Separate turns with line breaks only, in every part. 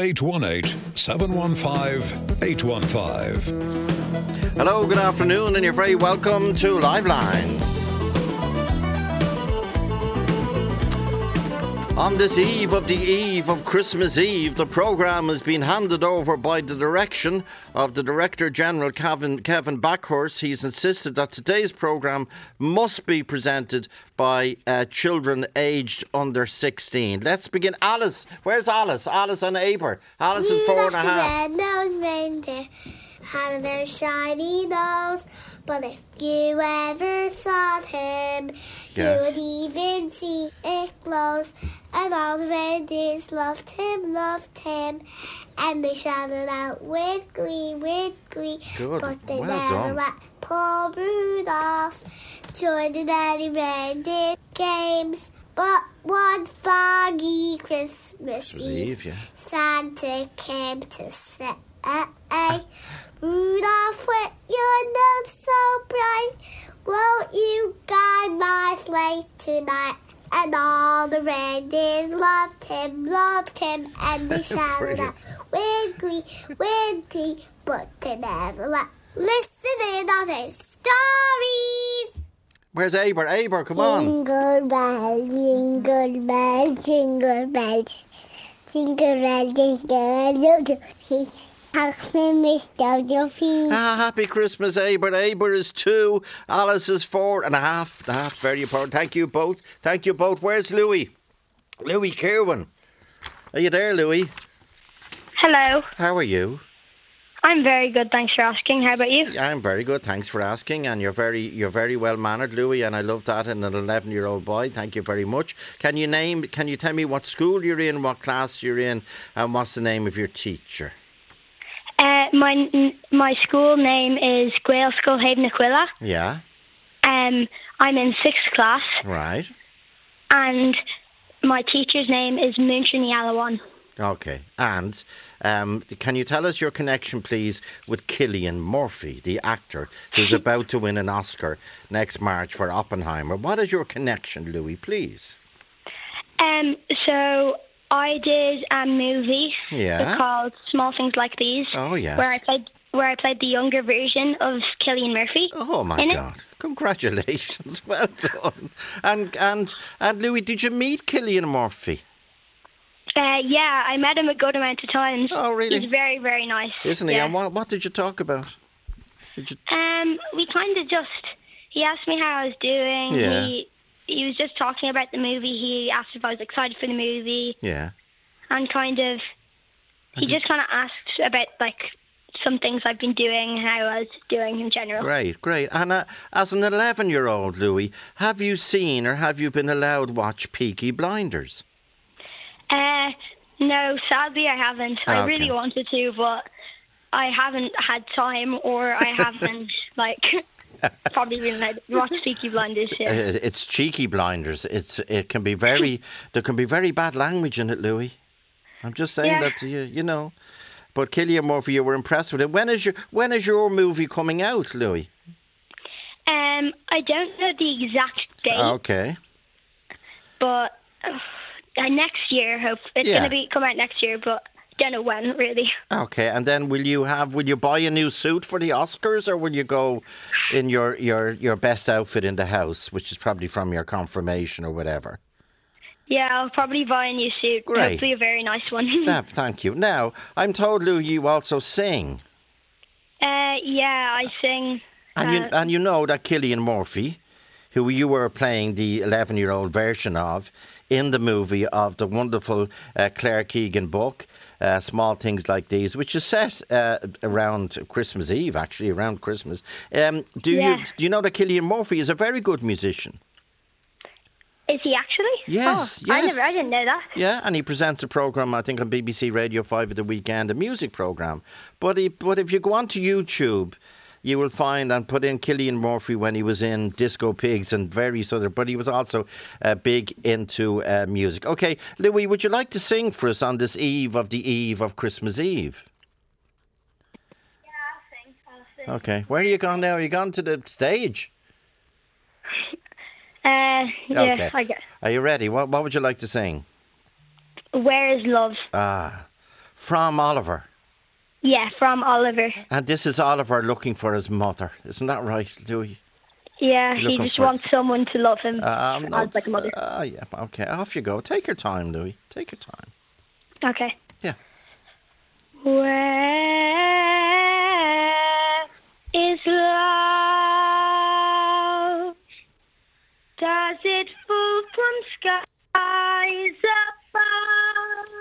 0818 715 815.
Hello, good afternoon, and you're very welcome to Live Line. On this eve of the eve of Christmas Eve, the programme has been handed over by the direction of the Director General Kevin, Kevin Backhorse. He's insisted that today's programme must be presented by uh, children aged under 16. Let's begin. Alice, where's Alice? Alice and Aber. Alice is four and a half.
red nosed reindeer had a very shiny nose, but if you ever saw him,
Yeah.
you would even see it glows. And all the reindeers loved him, loved him, and they shouted out with glee, with glee.
Good.
But they
Well
never
done.
let Paul Rudolph join in any reindeer games. But one foggy Christmas Eve,
Eve, yeah.
Santa came to say, Rudolph, with your nose so bright, won't you guide my sleigh tonight? And all the reindeers loved him, loved him, and they shouted out, Wiggly, Wiggly, but they never let. Listen in on his stories!
Where's Aber? Aber,
Oh,
come on.
Jingle bell, jingle bell, jingle bells. Jingle bell, jingle bell, jingle bells. How can we start your feet?
Ah, happy Christmas, Aber. Aber is two. Alice is four and a half. And a half, very important. Thank you both. Thank you both. Where's Louis? Louis Kirwan. Are you there, Louis?
Hello.
How are you?
I'm very good, thanks for asking. How about you?
I'm very good. Thanks for asking. And you're very, you're very well mannered, Louis. And I love that in an 11 year old boy. Thank you very much. Can you name? Can you tell me what school you're in, what class you're in, and what's the name of your teacher?
Uh, my n- my school name is Gael Schoolhaven Aquila.
Yeah.
Um, I'm in sixth class,
Right.
and my teacher's name is Moonshine Yalawan.
Okay. And um, can you tell us your connection, please, with Killian Murphy, the actor who's about to win an Oscar next March for Oppenheimer? What is your connection, Louis, please?
Um, so I did a movie
Yeah.
called Small Things Like These.
Oh, yes.
Where I played where I played the younger version of Killian Murphy.
Oh my
in it.
God! Congratulations, well done. And and and Louis, did you meet Killian Murphy?
Uh, yeah, I met him a good amount of times.
Oh, really?
He's very very nice.
Isn't he?
Yeah.
And what what did you talk about? Did you,
Um, we kind of just. He asked me how I was doing.
Yeah.
He, he was just talking about the movie. He asked if I was excited for the movie,
yeah.
and kind of. He just kind of asked about like some things I've been doing, how I was doing in general.
Great, great. And uh, as an 11 year old, Louis, have you seen or have you been allowed watch Peaky Blinders?
Uh, no, sadly I haven't.
Ah,
I
okay.
really wanted to, but I haven't had time, or I haven't like probably been like watched Peaky Blinders.
Uh,
Yeah.
It's cheeky blinders. It's it can be very there can be very bad language in it, Louis. I'm just saying
Yeah.
that to you, you know. But Killian Murphy, you were impressed with it. When is your when is your movie coming out, Louis? Uh-huh.
Um, I don't know the exact date.
Okay.
but uh, next year, hope it's
Yeah.
gonna be come out next year, but don't know when really.
Okay, and then will you have will you buy a new suit for the Oscars or will you go in your your your best outfit in the house, which is probably from your confirmation or whatever?
Yeah, I'll probably buy a new suit.
Great.
Hopefully, a very nice one.
That, thank you. Now, I'm told Lou you also sing.
uh, yeah, I sing.
And you
Uh,
and you know that Killian Murphy, who you were playing the eleven-year-old version of in the movie of the wonderful uh, Claire Keegan book, uh, small things like these, which is set uh, around Christmas Eve, actually around Christmas. Um, do you
Yeah.
do you know that Killian Murphy is a very good musician?
Is he actually?
Yes,
oh, I
yes.
never, I didn't know that.
Yeah, and he presents a program I think on BBC Radio Five at the weekend, a music program. But he, but if you go onto YouTube, you will find and put in Killian Murphy when he was in Disco Pigs and various other. But he was also uh, big into uh, music. Okay, Louis, would you like to sing for us on this eve of the eve of Christmas Eve? Okay, where are you gone now? Are you gone to the stage?
Uh, yeah,
Okay.
I guess.
Are you ready? What What would you like to sing?
Where is love?
Ah, from Oliver.
Yeah, from Oliver.
And this is Oliver looking for his mother. Isn't that right, Louis?
Yeah,
Looking
he just
for-
wants someone to love him
Um,
as like a mother.
Ah, yeah. Okay, off you go. Take your time, Louis. Take your time.
okay.
Yeah.
Where is love? Does it fall from skies above?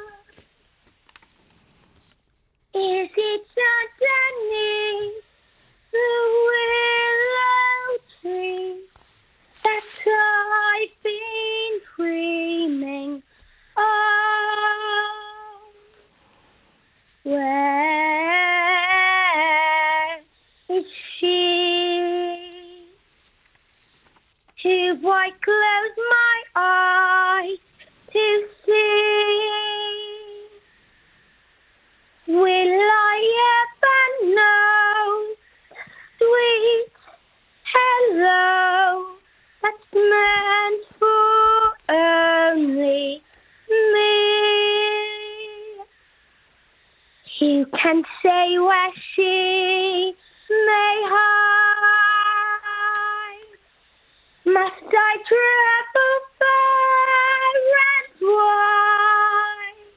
Is it underneath the willow tree that I've been dreaming of? Where is she? Do I close my eyes to see? Will I ever know, sweet hello, that's meant for only me? You can say where she may hide. Must I travel far and wide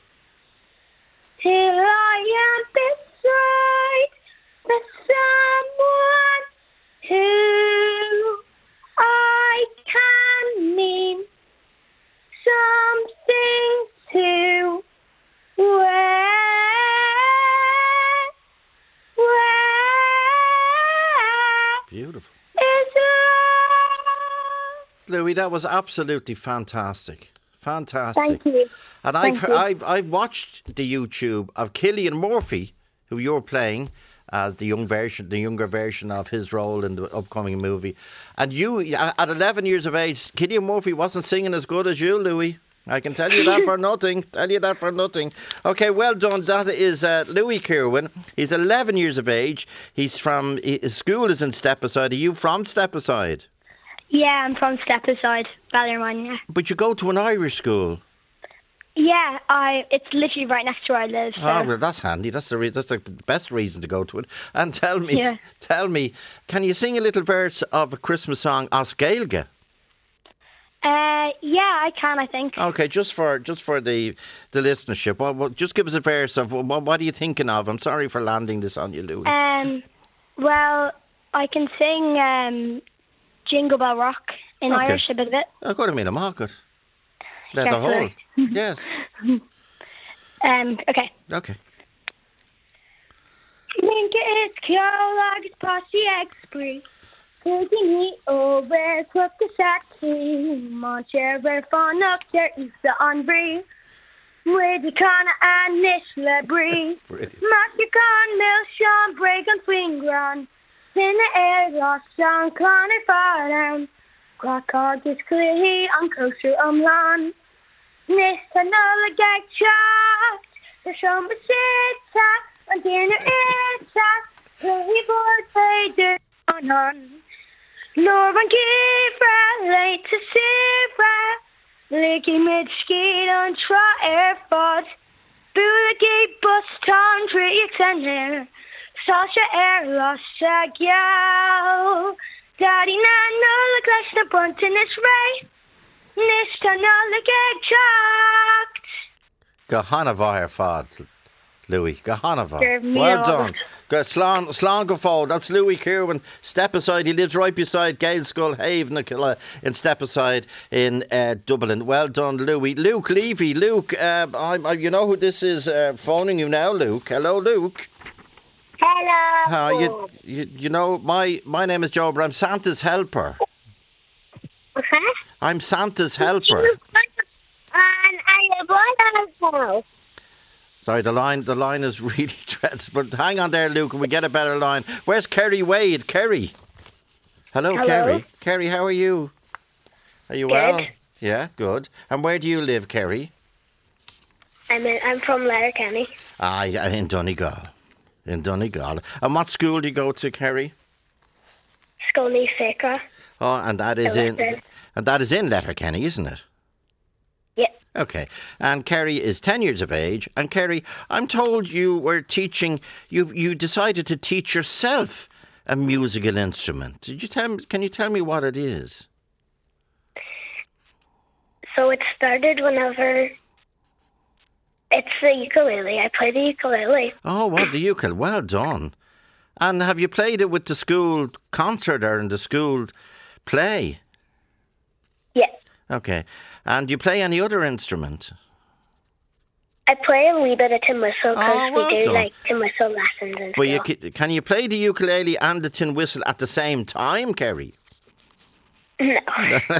till I am beside the someone who I can mean something to? Where, where
Beautiful.
is love?
Louis, that was absolutely fantastic. Fantastic. Uh,
Thank you.
And I've,
Thank you.
I've I've watched the YouTube of Killian Murphy, who you're playing as the young version, the younger version of his role in the upcoming movie. And you, at 11 years of age, Killian Murphy wasn't singing as good as you, Louis. I can tell you that for nothing. Tell you that for nothing. Okay, well done. That is uh, Louis Kirwan. He's 11 years of age. He's from his school is in Stepaside. Are you from Stepaside?
Yeah, I'm from Stepaside, Ballerman. Yeah,
But you go to an Irish school.
yeah. I it's literally right next to where I live. So.
Oh well, that's handy. That's the re- that's the best reason to go to it. And tell me,
Yeah.
tell me, can you sing a little verse of a Christmas song, Osgailge?
uh, yeah, I can. I think.
Okay, just for just for the the listenership, what, what, just give us a verse of what, what are you thinking of? I'm sorry for landing this on you, Louis.
Um, well, I can sing um, Jingle Bell Rock in
Okay.
Irish a bit of it.
I got Oh, to meet a market. Let the
yes,
whole.
Louis.
yes.
Um, okay.
Okay.
Minka is Kellogg's Posse Express. Taking me over Kwakasaki, Montero, Fawn up there, Issa Onbree, Widicana and Nish Lebree,
Brilliant.
Matikon, Milshon, Bregan, Swingron, in the air, lost on Connor Farnham, Quackog is Cleahy, Uncoaster, Umlan. Nästan alla gadgets Det som besitta Och din yta Play bort fejder annan Loven kifra Lite sifra Ligger med skiden Tra erfart Bulge bustan Tryggsender Sasha är lossa gal Daddy nanna Laglasna bunten is ray Nästan alla gadgets.
Gohanna Vire Fad, Louis. Gohanna Vire.
Give me
Well
all
done.
the-
Go- Slán Slán go forward. That's Louis Kirwan. Step aside. He lives right beside Gaelskull Have Nicola in Step aside in uh, Dublin. Well done, Louis. Luke Levy. Luke, uh, I'm, I, you know who this is uh, phoning you now, Luke. Hello, Luke.
Hello.
How are you, you? You know my my name is Joe, but I'm Santa's helper.
Okay.
I'm Santa's helper.
And I live on a house.
Sorry, the line the line is really dreadful. But hang on there, Luke, and we get a better line. Where's Kerry Wade? Kerry. Hello,
Hello.
Kerry. Kerry, how are you? Are you
Good.
well? Yeah, good. And where do you live, Kerry?
I'm, in, I'm from Letterkenny.
Ah, yeah, in Donegal. In Donegal. And what school do you go to, Kerry?
Scully Faker.
Oh, and that is in
Letterkenny.
and that is in Letterkenny, isn't it?
Yep.
Okay. And Kerry is 10 years of age. And Kerry, I'm told you were teaching, you, you decided to teach yourself a musical instrument. Did you tell, me- can you tell me what it is?
So it started whenever it's the ukulele. I play the ukulele.
Oh, what the ukulele. Well done. And have you played it with the school concert or in the school play?
Yeah.
Okay. And do you play any other instrument?
I play a wee bit of tin whistle because
Oh, well
we do
done.
like tin whistle lessons and
But you,
stuff.
ca- can you play the ukulele and the tin whistle at the same time, Kerry?
no.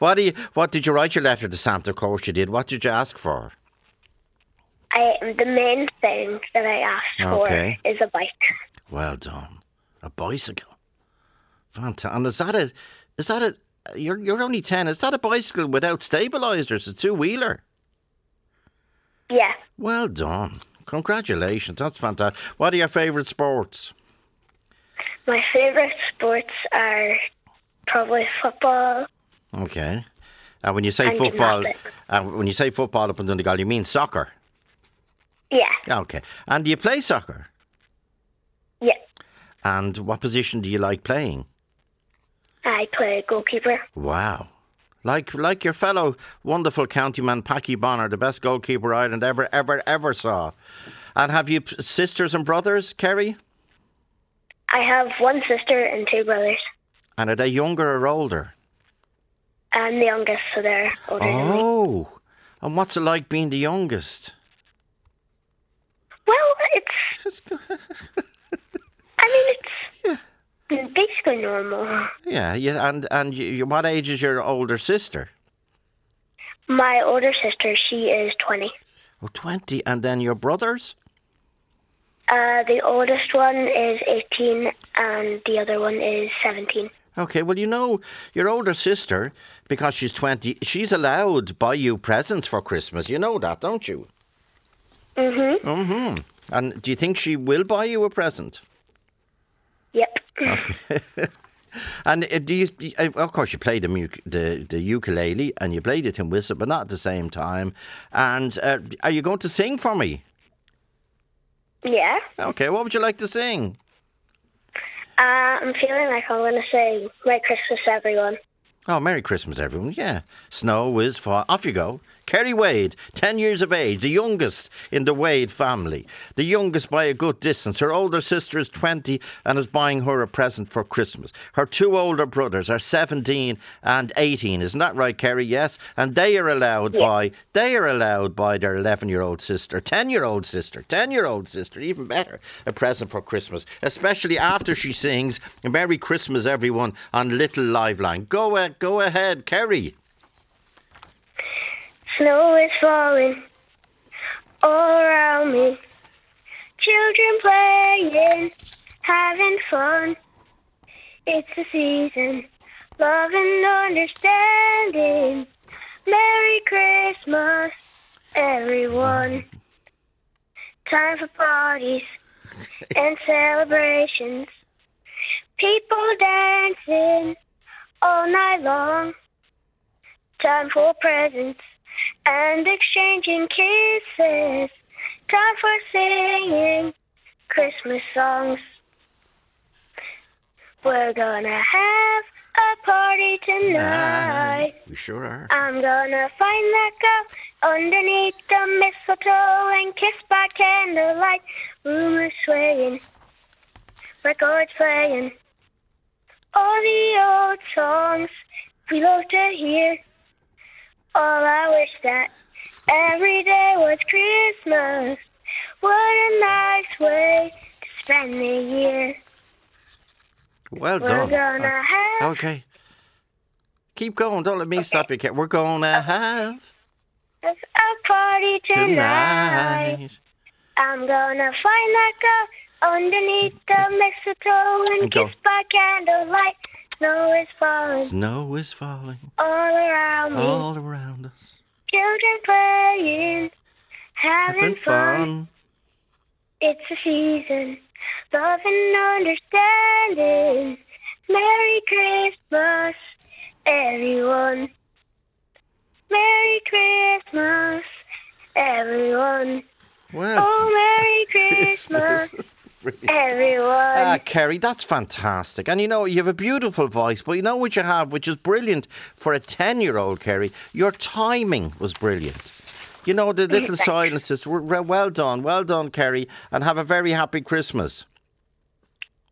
What do you, What did you write your letter to Santa? Of course you did. What did you ask for?
I the main thing that I asked
Okay.
for is a bike.
Well done. A bicycle. Fantastic. And is that a? Is that a? You're you're only ten. Is that a bicycle without stabilizers? A two wheeler.
Yeah.
Well done. Congratulations. That's fantastic. What are your favourite sports?
My favorite sports are probably football.
Okay. And when you say
And
football,
gymnastics.
uh, when you say football up and down the goal, you mean soccer.
Yeah.
Okay. And do you play soccer?
Yeah.
And what position do you like playing?
I play goalkeeper.
Wow. Like like your fellow wonderful county man Paddy Bonner, the best goalkeeper Ireland ever ever ever saw. And have you p- sisters and brothers, Kerry?
I have one sister and two brothers.
And are they younger or older?
I'm the youngest, so they're older than me.
Oh. And what's it like being the youngest?
Well, it's. I mean, it's basically normal.
Yeah, yeah, and and you, you- what age is your older sister?
My older sister, she is 20.
Oh, 20. And then your brothers?
Uh, the oldest one is 18, and the other one is 17.
Okay, well, you know, your older sister, because she's 20, she's allowed buy you presents for Christmas. You know that, don't you? Mm-hmm. Mm hmm. Mm hmm. And do you think she will buy you a present?
Yep.
And uh, do you, uh, of course, you play the, mu- the the ukulele and you play the tin whistle, but not at the same time. And uh, are you going to sing for me?
Yeah.
Okay, what would you like to sing?
Uh, I'm feeling like I'm going to say Merry Christmas, everyone.
Oh, Merry Christmas, everyone. Yeah. Snow is far. Off you go. Kerry Wade, 10 years of age, the youngest in the Wade family. The youngest by a good distance. Her older sister is 20 and is buying her a present for Christmas. Her two older brothers are 17 and 18. Isn't that right, Kerry? Yes. And they are allowed by, they are allowed by their 11 year old sister, 10 year old sister, 10 year old sister, even better, a present for Christmas, especially after she sings Merry Christmas, everyone, on Little Liveline. Go, a- go ahead, Kerry.
Snow is falling all around me. Children playing, having fun. It's the season, love and understanding. Merry Christmas, everyone. Time for parties and celebrations. People dancing all night long. Time for presents and exchanging kisses. Time for singing Christmas songs. We're gonna have a party tonight.
We sure are.
I'm gonna find that girl underneath the mistletoe and kiss by candlelight. Rumors swaying, records playing, all the old songs we love to hear. All I wish that every day was Christmas. What a nice way to spend the year.
Well
We're
done. Uh,
gonna have
Okay. Keep going. Don't let me stop you, Kerry. We're going to have Uh,
a party tonight.
tonight.
I'm gonna find that girl underneath the mistletoe and
Go.
kiss by candlelight. Snow is falling
Snow is falling
all around me.
all around us.
Children playing, having,
Having
fun.
fun.
It's the season, love and understanding. Merry Christmas, everyone.
Merry Christmas, everyone.
Well,
Oh, Merry Christmas,
Christmas. Brilliant. Ah,
everyone.
Kerry, that's fantastic. And you know, you have a beautiful voice, but you know what you have, which is brilliant for a 10 year old, Kerry? Your timing was brilliant. You know, the little silences. were- were- Well done, well done, Kerry, and have a very happy Christmas.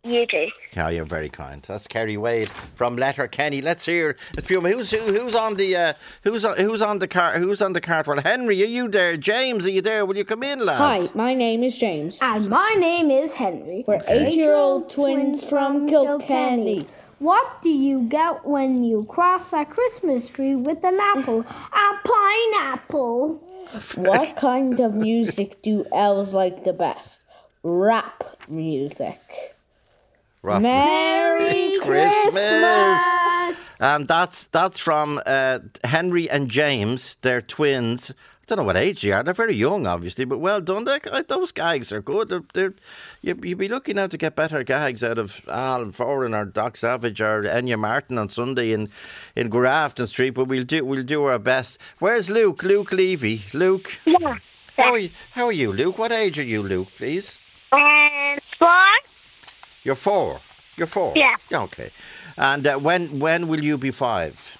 You too.
Yeah, you're very kind. That's Kerry Wade from Letterkenny. Let's hear a few. Who's who, who's on the uh, who's on, who's on the car who's on the cartwheel? Henry, are you there? James, are you there? Will you come in,
Hi,
lads?
my name is James.
And my name is Henry. We're
Eight-year-old twins from Kilkenny.
What do you get when you cross a Christmas tree with an apple? a pineapple.
What kind of music do elves like the best? Rap music.
Right.
Merry
Christmas.
Christmas!
And Um, that's that's from uh, Henry and James. They're twins. I don't know what age they are. They're very young, obviously, but well done. They're, uh, those gags are good. They're, they're, you, you'd be lucky now to get better gags out of Al Foran or Doc Savage or Enya Martin on Sunday in, in Grafton Street. But we'll do we'll do our best. Where's Luke? Luke Levy. Luke.
Yeah.
How are you, how are you, Luke? What age are you, Luke? Please.
And four.
You're four. You're four.
Yeah.
Okay. And uh, when when will you be five?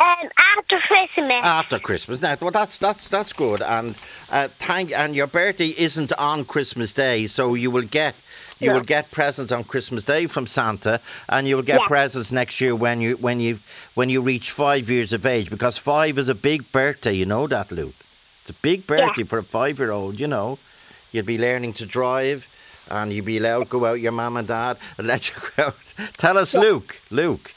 Um, after Christmas.
after Christmas. Now, well, that's that's that's good, and uh, thank. And your birthday isn't on Christmas Day, so you will get you will get presents on Christmas Day from Santa, and you will get
Yeah.
presents next year when you when you when you reach five years of age, because five is a big birthday. You know that, Luke. It's a big birthday for a five-year-old. You know, you'll be learning to drive. And you'll be allowed to go out your mum and dad and let you go out. Tell us, Luke, Luke,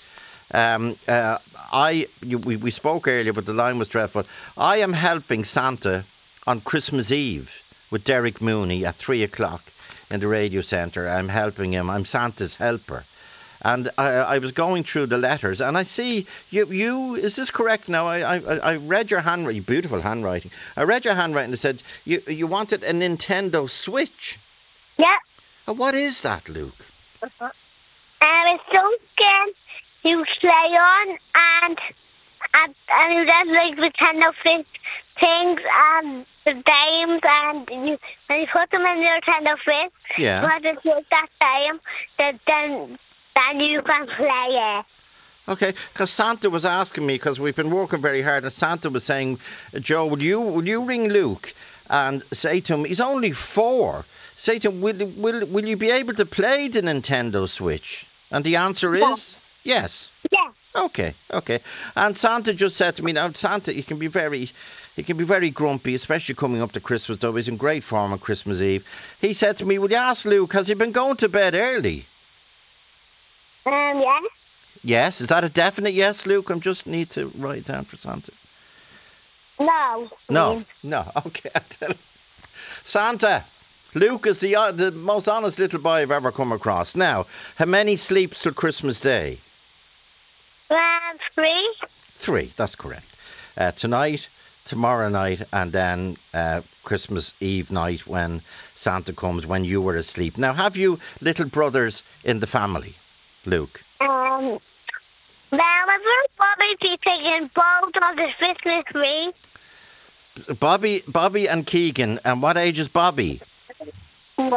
um, uh, I you, we, we spoke earlier, but the line was dreadful. I am helping Santa on Christmas Eve with Derek Mooney at three o'clock in the radio centre. I'm helping him. I'm Santa's helper, and I, I was going through the letters, and I see you. You is this correct? Now I I, I- I read your handwriting, beautiful handwriting. I read your handwriting. and It said you you wanted a Nintendo Switch.
yeah.
And what is that, Luke?
Um, it's something you play on and and and you just like pretend of things things and the games and you when you put them in your kind of fist,
Yeah.
you have to take that time then then then you can play it.
Okay, because Santa was asking me because we've been working very hard, and Santa was saying, "Joe, will you will you ring Luke and say to him he's only four? Say to him, will will will you be able to play the Nintendo Switch?" And the answer is yes.
Yeah.
Okay, okay. And Santa just said to me, now Santa, he can be very, he can be very grumpy, especially coming up to Christmas. Though he's in great form on Christmas Eve. He said to me, "Will you ask Luke? Has he been going to bed early?"
Um yeah.
Yes. Is that a definite yes, Luke? I'm just need to write it down for Santa.
No.
No, no. Okay, I tell Santa. Luke is the uh, the most honest little boy I've ever come across. Now, how many sleeps till Christmas Day?
Um three.
Three. That's correct. Uh, tonight, tomorrow night, and then uh, Christmas Eve night when Santa comes when you were asleep. Now, have you little brothers in the family, Luke?
Um well, my first probably be taking both on the Christmas tree.
Bobby, Bobby, and Keegan. And what age is Bobby?
One.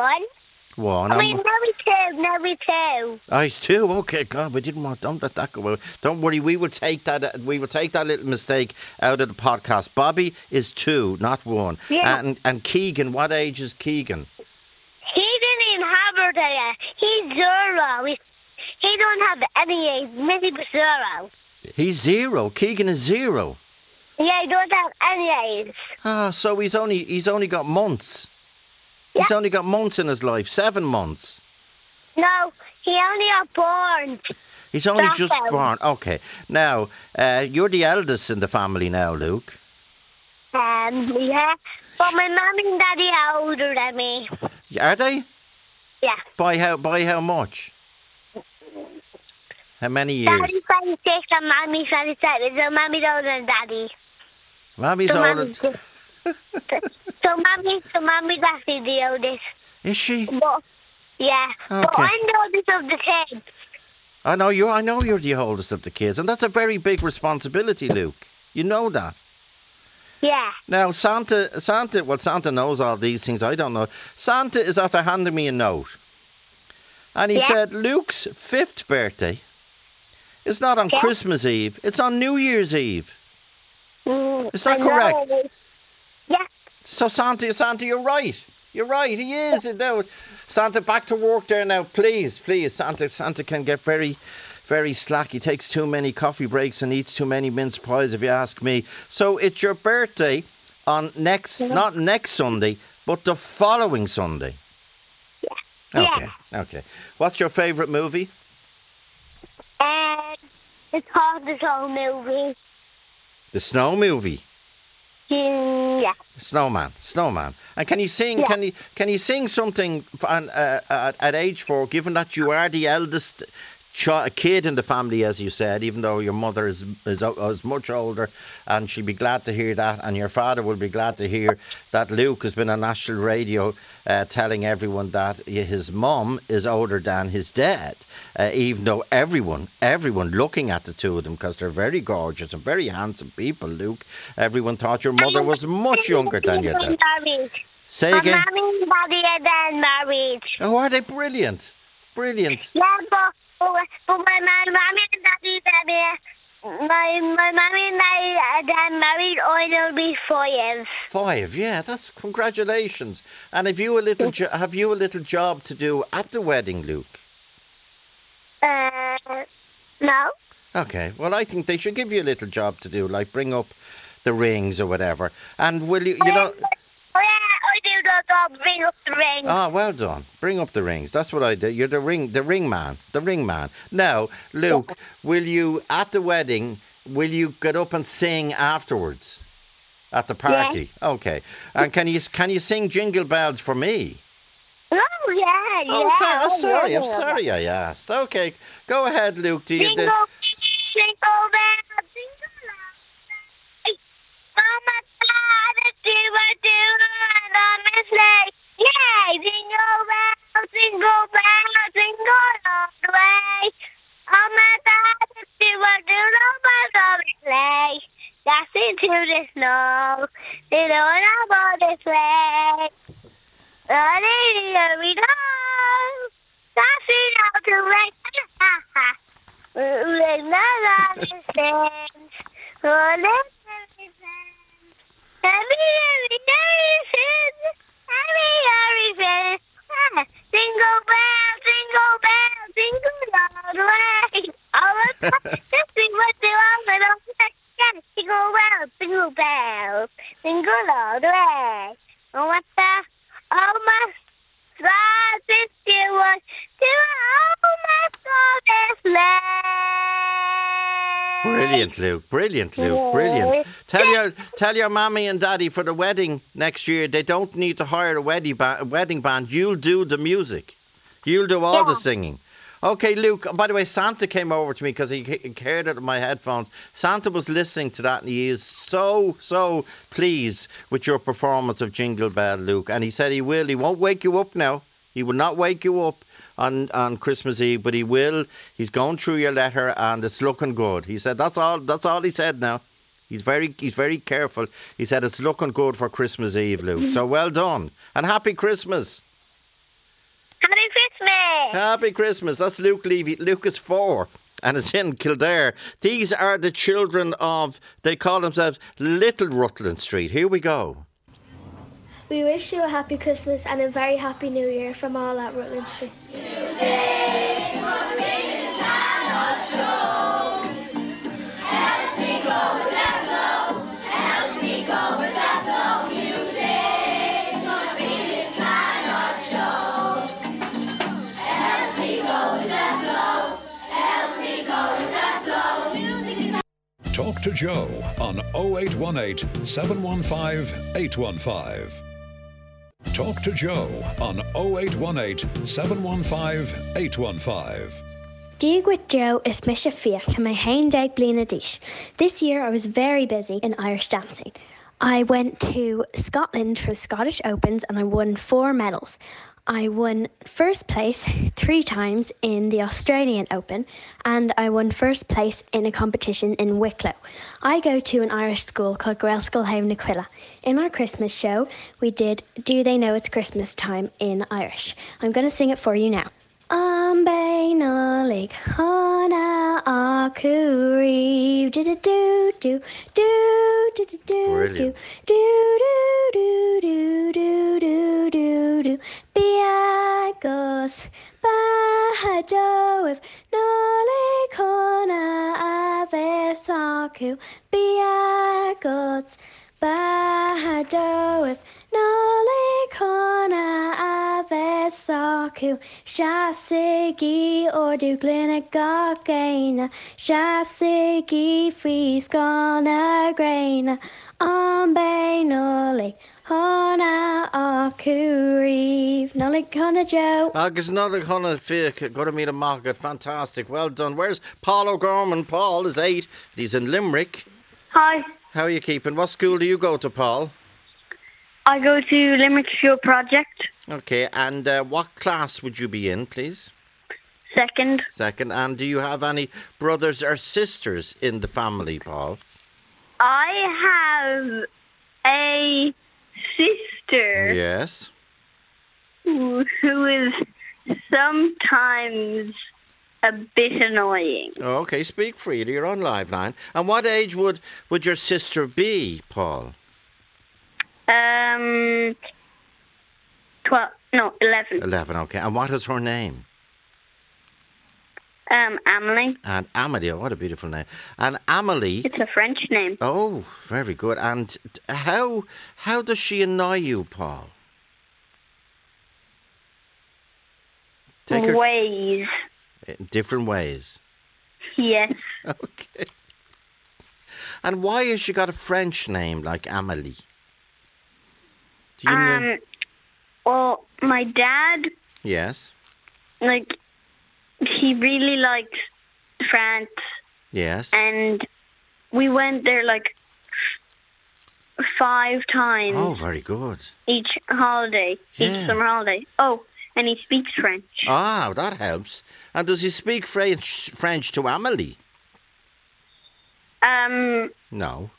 One.
I
and-
mean, no, we two, no, we two.
I too. Okay, God, we didn't want. Don't let that go out. Don't worry, we will take that. uh, We will take that little mistake out of the podcast. Bobby is two, not one.
Yeah.
And and Keegan, what age is Keegan?
He didn't even have her today. He's zero. He, he don't have any age. Missy was zero.
He's zero. Keegan is zero.
Yeah, he don't have any age.
Ah, so he's only he's only got months. He's only got months in his life. Seven months.
No, he only got born.
He's only
That's
just
all.
born. Okay. Now, uh, you're the eldest in the family now, Luke.
Um, yeah. But my mum and daddy are older than me.
Are they?
Yeah.
By how by how much? How many years?
Daddy's 26 and mommy's 27. So mommy's older than daddy.
Mommy's
So
older.
mommy's, so mommy, so mommy's actually the oldest.
Is she?
But, yeah. But
Okay.
I'm the oldest of the kids.
I know you. I know you're the oldest of the kids, and that's a very big responsibility, Luke. You know that.
Yeah.
Now, Santa, Santa, well, Santa knows all these things. I don't know. Santa is after handing me a note, and he
Yeah.
said Luke's fifth birthday is not on
Yeah.
Christmas Eve. It's on New Year's Eve.
Mm,
Is that
I know.
correct?
Yeah.
So Santa, Santa, you're right. You're right. He is. Now, Santa, back to work there now, please, please. Santa, Santa can get very, very slack. He takes too many coffee breaks and eats too many mince pies, if you ask me. So it's your birthday on next, not next Sunday, but the following Sunday.
Yeah.
Okay. Okay. What's your favourite movie?
And it's called the Soul Movie.
The snow movie.
Yeah.
Snowman, snowman. And can you sing?
Yeah.
Can you can you sing something f- on, uh, at, at age four? Given that you are the eldest chi- kid in the family, as you said, even though your mother is, is o- is much older, and she'd be glad to hear that, and your father will be glad to hear that Luke has been on national radio uh, telling everyone that i- his mum is older than his dad, uh, even though everyone, everyone looking at the two of them because they're very gorgeous and very handsome people, Luke. Everyone thought your mother was much younger than your dad.
Married.
Say
My
again.
mommy and daddy are then married.
Oh, are they brilliant? Brilliant.
Yeah, but, but, but my, my mommy and daddy then my my mommy and daddy are then married. I will be four years.
Five, yeah, that's congratulations. And have you a little jo- have you a little job to do at the wedding, Luke?
Uh, no.
Okay. Well, I think they should give you a little job to do, like bring up the rings or whatever. And will you, you know?
Oh yeah, I do the dog ring up the ring.
Ah, well done. Bring up the rings. That's what I do. You're the ring, the ring man, the ring man. Now, Luke, will you at the wedding? Will you get up and sing afterwards at the party? Okay. And can you can you sing Jingle Bells for me?
oh yeah,
Oh,
yeah.
so- I'm
I
sorry. I'm
will.
sorry I asked. Okay, go ahead, Luke. Do you?
Jingle,
Do,
jingle bell, jingle bell. Hey, Mama, Dad, do a do and I'm a sleigh. Yay! Jingle bell, jingle bell, jingle all the way. Mama, Dad, do a do and I'm a sleigh. That's into the snow. They don't have all the sleigh. Oh, there we go. That's it all the way. Ha ha. Oh,
brilliant, Luke. Brilliant, Luke. Brilliant. Tell your tell your mommy and daddy for the wedding next year. They don't need to hire a wedding ba- wedding band. You'll do the music. You'll do all the singing. Okay, Luke. By the way, Santa came over to me because he he cared out of my headphones. Santa was listening to that, and he is so so pleased with your performance of Jingle Bell, Luke. And he said he will. He won't wake you up now. He will not wake you up on, on Christmas Eve, but he will. He's going through your letter, and it's looking good. He said that's all. That's all he said. Now, he's very he's very careful. He said it's looking good for Christmas Eve, Luke.
Mm-hmm.
So well done, and happy Christmas.
Happy Christmas!
Happy Christmas. That's Luke Levy. Lucas Four. And it's in Kildare. These are the children of, they call themselves Little Rutland Street. Here we go.
We wish you a happy Christmas and a very happy new year from all at Rutland Street.
Talk to Joe on 0818 715 815. Talk to Joe on 0818 715 815.
Dig with Joe is Misha Fiat and my Heimdag Blina Dish. This year I was very busy in Irish dancing. I went to Scotland for the Scottish Opens and I won four medals.
I won first place three times in the Australian Open, and I won first place in a competition in Wicklow. I go to an Irish school called Grelschoolheim na Cuilla. In our Christmas show, we did Do They Know It's Christmas Time in Irish. I'm going to sing it for you now. Ambe nolig hona akuri do do do do do do do do do
Brilliant.
do do do do do do do Biagos Bahajoev Nolikona Avesaku Biagos Bahajoev Nolikona Avesaku Shasigi Ordu Glinagogena Shasigi Friskona Graina Ombe Nolik Hona Akuriv Nolikona Joe.
Agus another Honna Fick got to meet a market. Fantastic. Well done. Where's Paul O'Gorman? Paul is eight. He's in Limerick.
Hi,
How are you keeping? What school do you go to, Paul?
I go to Limerick Fuel Project,
Okay, and uh, what class would you be in, please?
second.
Second, and do you have any brothers or sisters in the family, Paul?
I have a sister
Yes.
who who is sometimes a bit annoying.
Okay, speak freely. You're on live line. And what age would would your sister be, Paul?
Um, twelve? No, eleven.
Eleven. Okay, and what is her name?
Um, Amelie.
And Amelie. Oh, what a beautiful name. And Amelie.
It's a French name.
Oh, very good. And t- how how does she annoy you, Paul? Take her
Ways.
in different ways.
Yes.
Okay. And why has she got a French name like Amelie? Do you know?
Um. Well, my dad,
Yes.
like, he really likes France,
Yes.
and we went there like five times
Oh, very good.
each holiday,
Yeah.
each summer holiday. Oh, and he speaks French.
Ah, that helps. And does he speak French French to Amelie?
Um,
No.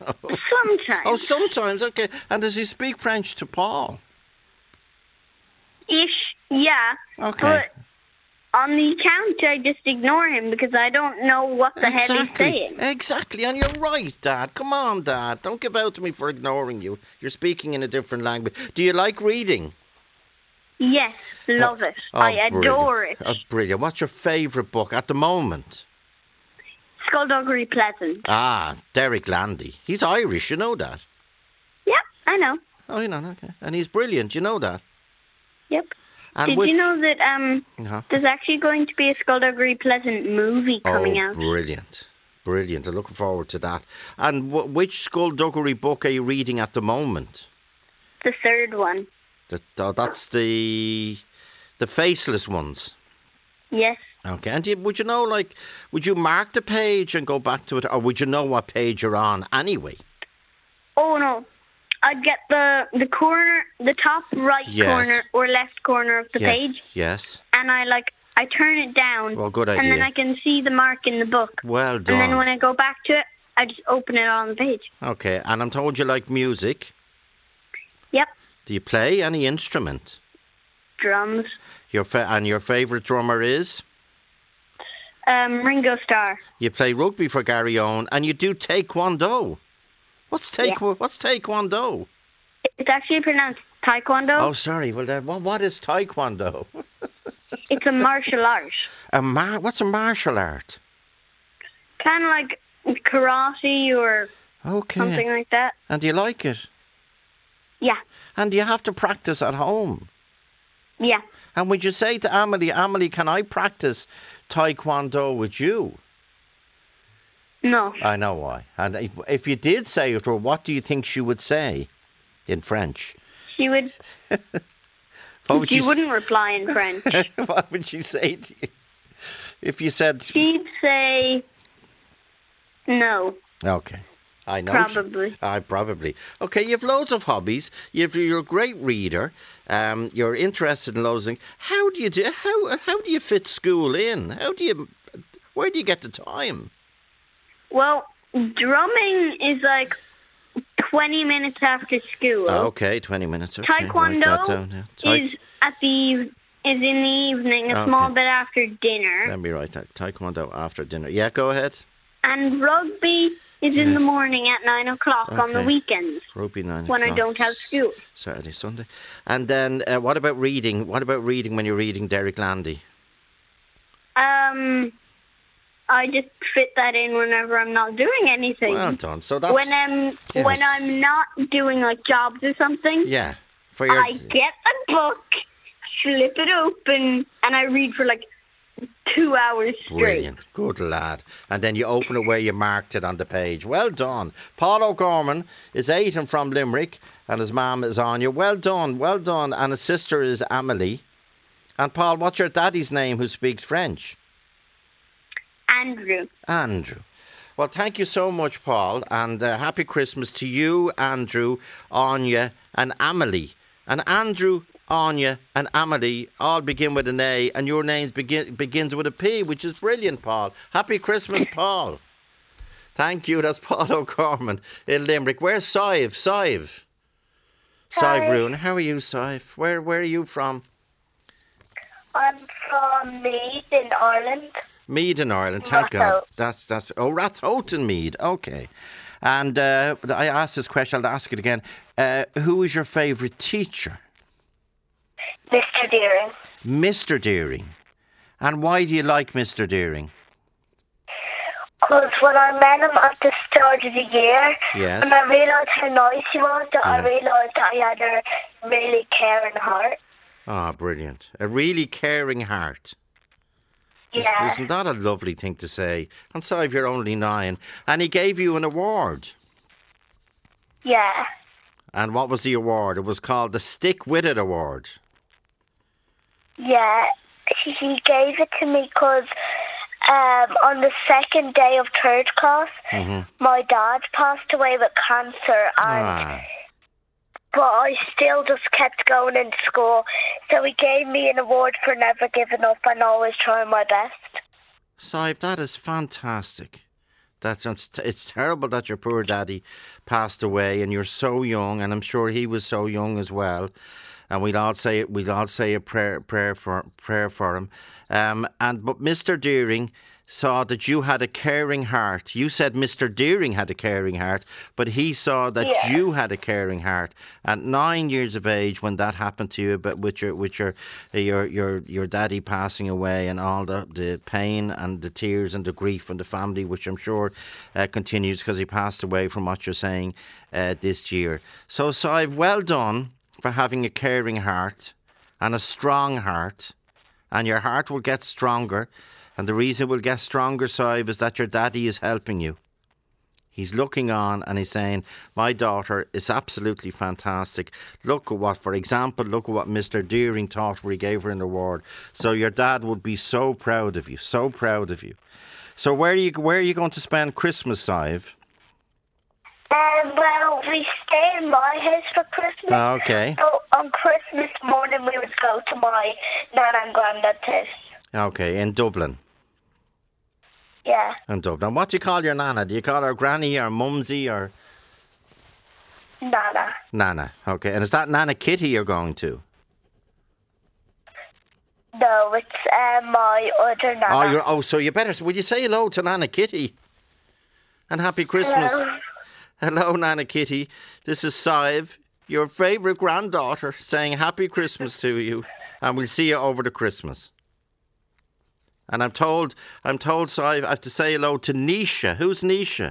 sometimes,
Oh, sometimes. Okay. And does he speak French to Paul?
ish, yeah.
Okay.
But on the count, I just ignore him because I don't know what the hell he's
exactly.
saying.
Exactly. And you're right, Dad. Come on, Dad. Don't give out to me for ignoring you. You're speaking in a different language. Do you like reading?
Yes, love it.
Oh,
I adore
brilliant.
it.
Oh, brilliant. What's your favourite book at the moment?
Skullduggery Pleasant.
Ah, Derek Landy. He's Irish, you know that.
Yep, I know.
Oh, you know, okay. And he's brilliant, you know that.
Yep.
And
Did
which-
you know that um,
Uh-huh.
there's actually going to be a Skullduggery Pleasant movie coming
oh,
out?
brilliant. Brilliant. I'm looking forward to that. And wh- which skullduggery book are you reading at the moment?
The third one.
That, oh, that's the the faceless ones.
Yes.
Okay. And do you, would you know, like, would you mark the page and go back to it, or would you know what page you're on anyway?
Oh no. I'd get the the corner, the top right
Yes.
corner or left corner of the
Yeah.
page,
Yes.
and I like I turn it down.
Well, good
And then
idea.
I can see the mark in the book.
Well done.
And then when I go back to it, I just open it on the page.
Okay. And I'm told you like music.
Yep.
Do you play any instrument?
Drums.
Your fa- and your favourite drummer is?
Um, Ringo Starr.
You play rugby for Gary Owen and you do Taekwondo. What's Taekwondo? What's Taekwondo?
It's actually pronounced Taekwondo.
Oh, sorry. Well, then, what, what is Taekwondo?
It's a martial art.
A mar- what's a martial art?
Kind of like karate or
Okay.
something like that.
And do you like it?
Yeah.
And do you have to practice at home?
Yeah.
And would you say to Amelie, Amelie, can I practice Taekwondo with you?
No.
I know why. And if- if you did say it to her, what do you think she would say in French?
She would.
What would
she
you s-
wouldn't reply in French.
what would she say to you if you said
She'd say no.
okay I know. she-
Probably.
I probably. Okay, you've loads of hobbies. You've, you're a great reader. Um, you're interested in loads of things. How do you do? How how do you fit school in? How do you? Where do you get the time?
Well, drumming is like 20 minutes after school.
Oh, Ah, okay, twenty minutes. Okay, write that down, yeah.
Taekwondo
Tae-
is at the is in the evening, a
Oh, Okay.
small bit after dinner,
Let me write that. Taekwondo after dinner. Yeah, go ahead.
and rugby is in the morning at nine o'clock on the
Okay.
weekends
Rugby nine
when I
o'clock,
don't have school.
Saturday, Sunday, and then uh, what about reading? What about reading when you're reading Derek Landy?
Um, I just fit that in whenever I'm not doing anything.
Well done. So that's
when I'm
Yes.
when I'm not doing like jobs or something,
yeah for your
I get a book, flip it open, and I read for like two hours straight.
Brilliant. Good lad. And then you open it where you marked it on the page. Well done. Paul O'Gorman is eight and from Limerick, and his mum is Anya. Well done. Well done. And his sister is Amelie. And Paul, what's your daddy's name who speaks French?
Andrew.
Andrew. Well, thank you so much, Paul, and uh, happy Christmas to you, Andrew, Anya, and Amelie. And Andrew, Anya, and Amelie all begin with an A, and your name begin, begins with a P, which is brilliant, Paul. Happy Christmas, Paul. Thank you. That's Paul O'Gorman in Limerick. Where's Sive? Sive. Sive
Hi.
Roon. How are you, Sive? Where Where are you from?
I'm from Meath in Ireland.
Mead in Ireland. Thank God.
Rathout.
That's that's oh Rathout and Mead. Okay. And uh, I asked this question. I'll ask it again. Uh, who is your favourite teacher,
Mr. Deering.
Mr. Deering? And why do you like Mr. Deering?
Because when I met him at the start of the year,
Yes.
and I realised how nice he was, that I
Yeah.
realised that he had a really caring heart.
Ah, brilliant. A really caring heart. Is-
Yeah.
Isn't that a lovely thing to say? And so if you're only nine, and he gave you an award.
Yeah.
And what was the award? It was called the Stick With It Award.
Yeah. He- He gave it to me because um, on the second day of third class,
Mm-hmm.
my dad passed away with cancer, and
Ah,
but I still just kept going in school. So he gave me an award for never giving up and always trying my best.
Sive, that is fantastic. That's it's, it's terrible that your poor daddy passed away, and you're so young, and I'm sure he was so young as well. And we'll all say we'll all say a prayer prayer for prayer for him. Um, and but Mr. Deering saw that you had a caring heart. You said Mr. Deering had a caring heart, but he saw that
Yeah.
you had a caring heart. At nine years of age, when that happened to you, but with your with your your your your daddy passing away and all the, the pain and the tears and the grief and the family, which I'm sure uh, continues because he passed away from what you're saying uh, this year. So, Sive, well done for having a caring heart and a strong heart and your heart will get stronger. And the reason it will get stronger, Sive, is that your daddy is helping you. He's looking on and he's saying, My daughter is absolutely fantastic. Look at what, for example, look at what Mr. Deering taught where he gave her an award. So your dad would be so proud of you, so proud of you. So where are you where are you going to spend Christmas, Sive?
Um, well, we stay in my house for Christmas.
Ah, okay.
So on Christmas morning, we would go to my nan and granddad's house.
Okay, in Dublin.
Yeah.
In Dublin. What do you call your nana? Do you call her granny or mumsy or
Nana.
nana? Okay. And is that Nana Kitty you're going to?
No, it's uh, my other Nana.
Oh, you're, oh, so you better. Would you say hello to Nana Kitty? And happy Christmas.
Hello.
Hello, Nana Kitty. This is Sive, your favourite granddaughter, saying happy Christmas to you, and we'll see you over the Christmas. And I'm told, I'm told, Sive, I have to say hello to Nisha. Who's Nisha?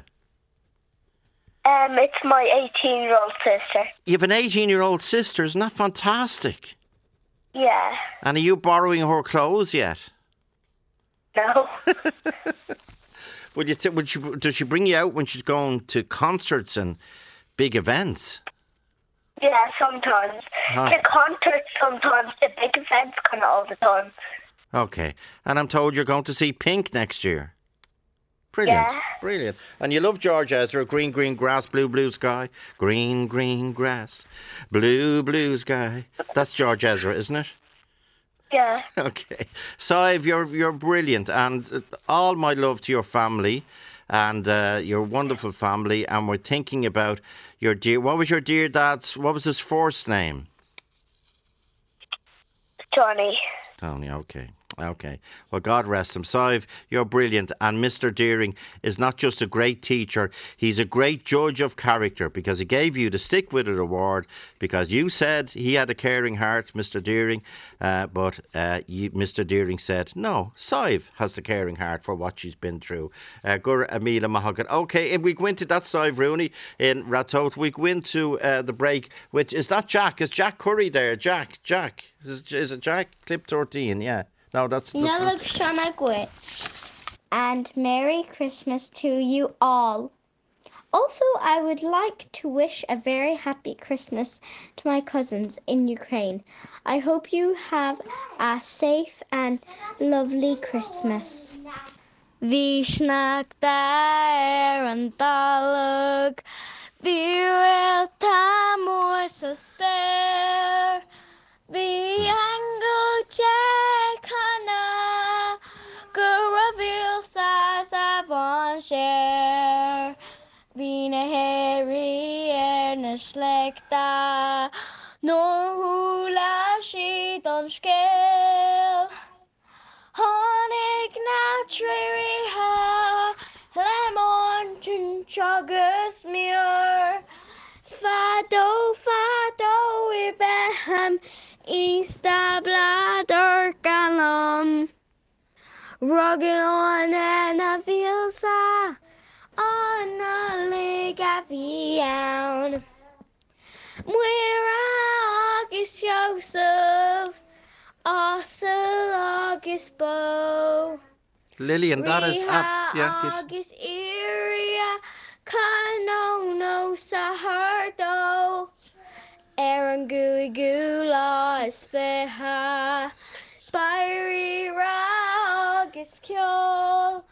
Um, it's my 18-year-old sister.
You have an 18 year old sister. Isn't that fantastic?
Yeah.
And are you borrowing her clothes yet?
No.
Would you t- would she, does she bring you out when she's going to concerts and big events?
yeah, sometimes.
Huh.
The concerts sometimes, the big events kind of all the time.
Okay. And I'm told you're going to see Pink next year. Brilliant,
Yeah.
brilliant. And you love George Ezra, green, green grass, blue, blue sky. Green, green grass, blue, blue sky. That's George Ezra, isn't it?
Yeah.
Okay. Sive, you're, you're brilliant. And uh, all my love to your family and uh, your wonderful family. And we're thinking about your dear, what was your dear dad's, what was his first name?
Johnny.
Tony, okay. Okay. Well, God rest him. Sive, you're brilliant. And Mr. Deering is not just a great teacher, he's a great judge of character because he gave you the Stick With It award because you said he had a caring heart, Mr. Deering. Uh, but uh, you, Mr. Deering said, no, Sive has the caring heart for what she's been through. Uh, Gur Amila Mahagan. Okay, and we go into that Sive Rooney in Ratot. We go into uh, the break, which is that Jack? Is Jack Curry there? Jack, Jack. Is, is it Jack? Clip 13, yeah. No, that's
No,
that's-
look, Shauna Gwitch. And Merry Christmas to you all. Also, I would like to wish a very happy Christmas to my cousins in Ukraine. I hope you have a safe and lovely Christmas.
Vishnak Dairan Daluk, Viral Tamor Susper, Viango Jekana, Guravil Sazavon Share, Vina Harry Ernashlekta, Norhula Shidon Shkel. Honig natriha lemon chunchagus muir fado fado ibehem ista bladder galum rugged on and a fielsa on a lake at the end. We're August Joseph Ocelogis bow.
Lillian, that is. ab- yeah, give-
August area. Kanono sahardo. Aaron gooey gula ispeha. Spirey August kyol.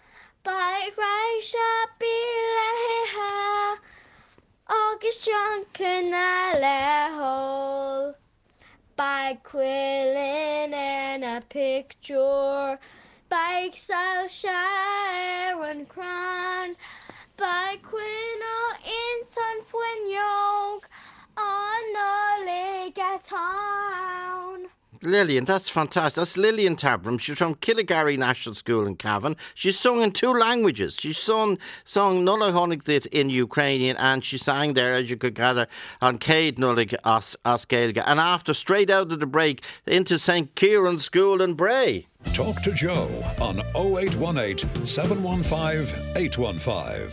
By Raisha Bileha. August Junkin Alehol by Quillin and a picture. By Exile Sharon Cron. By Quino in San Fuenyog. On a lake at town.
Lillian, that's fantastic. That's Lillian Tabram. She's from Killigarry National School in Cavan. She's sung in two languages. She sung, sung Nulla Honigdit in Ukrainian and she sang there, as you could gather, on Cade Nullig Os, Osgailga. And after, straight out of the break, into St. Kieran's School in Bray.
Talk to Joe on 0818 715 815.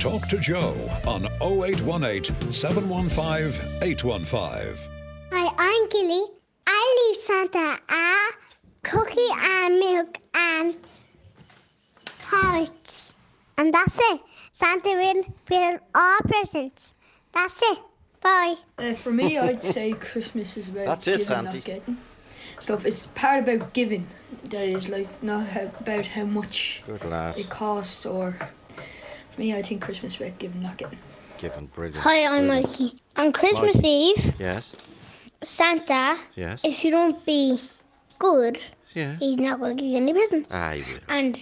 Talk to Joe on 0818 715 815.
Hi, I'm Gilly. I leave Santa a cookie and milk and porridge. And that's it. Santa will bring all presents. That's it. Bye.
Uh, for me, I'd say Christmas is about
That's it,
giving,
Sandy.
not getting stuff. It's part about giving that is like not how, about how much
Good lad.
it costs or. For me, I think Christmas is about giving, not getting.
Given brilliant.
Hi, I'm
Brilliant.
Mikey. On Christmas
Mikey.
Eve,
Yes,
Santa,
yes.
if you don't be good,
Yeah.
he's not going to give you any presents.
I will.
And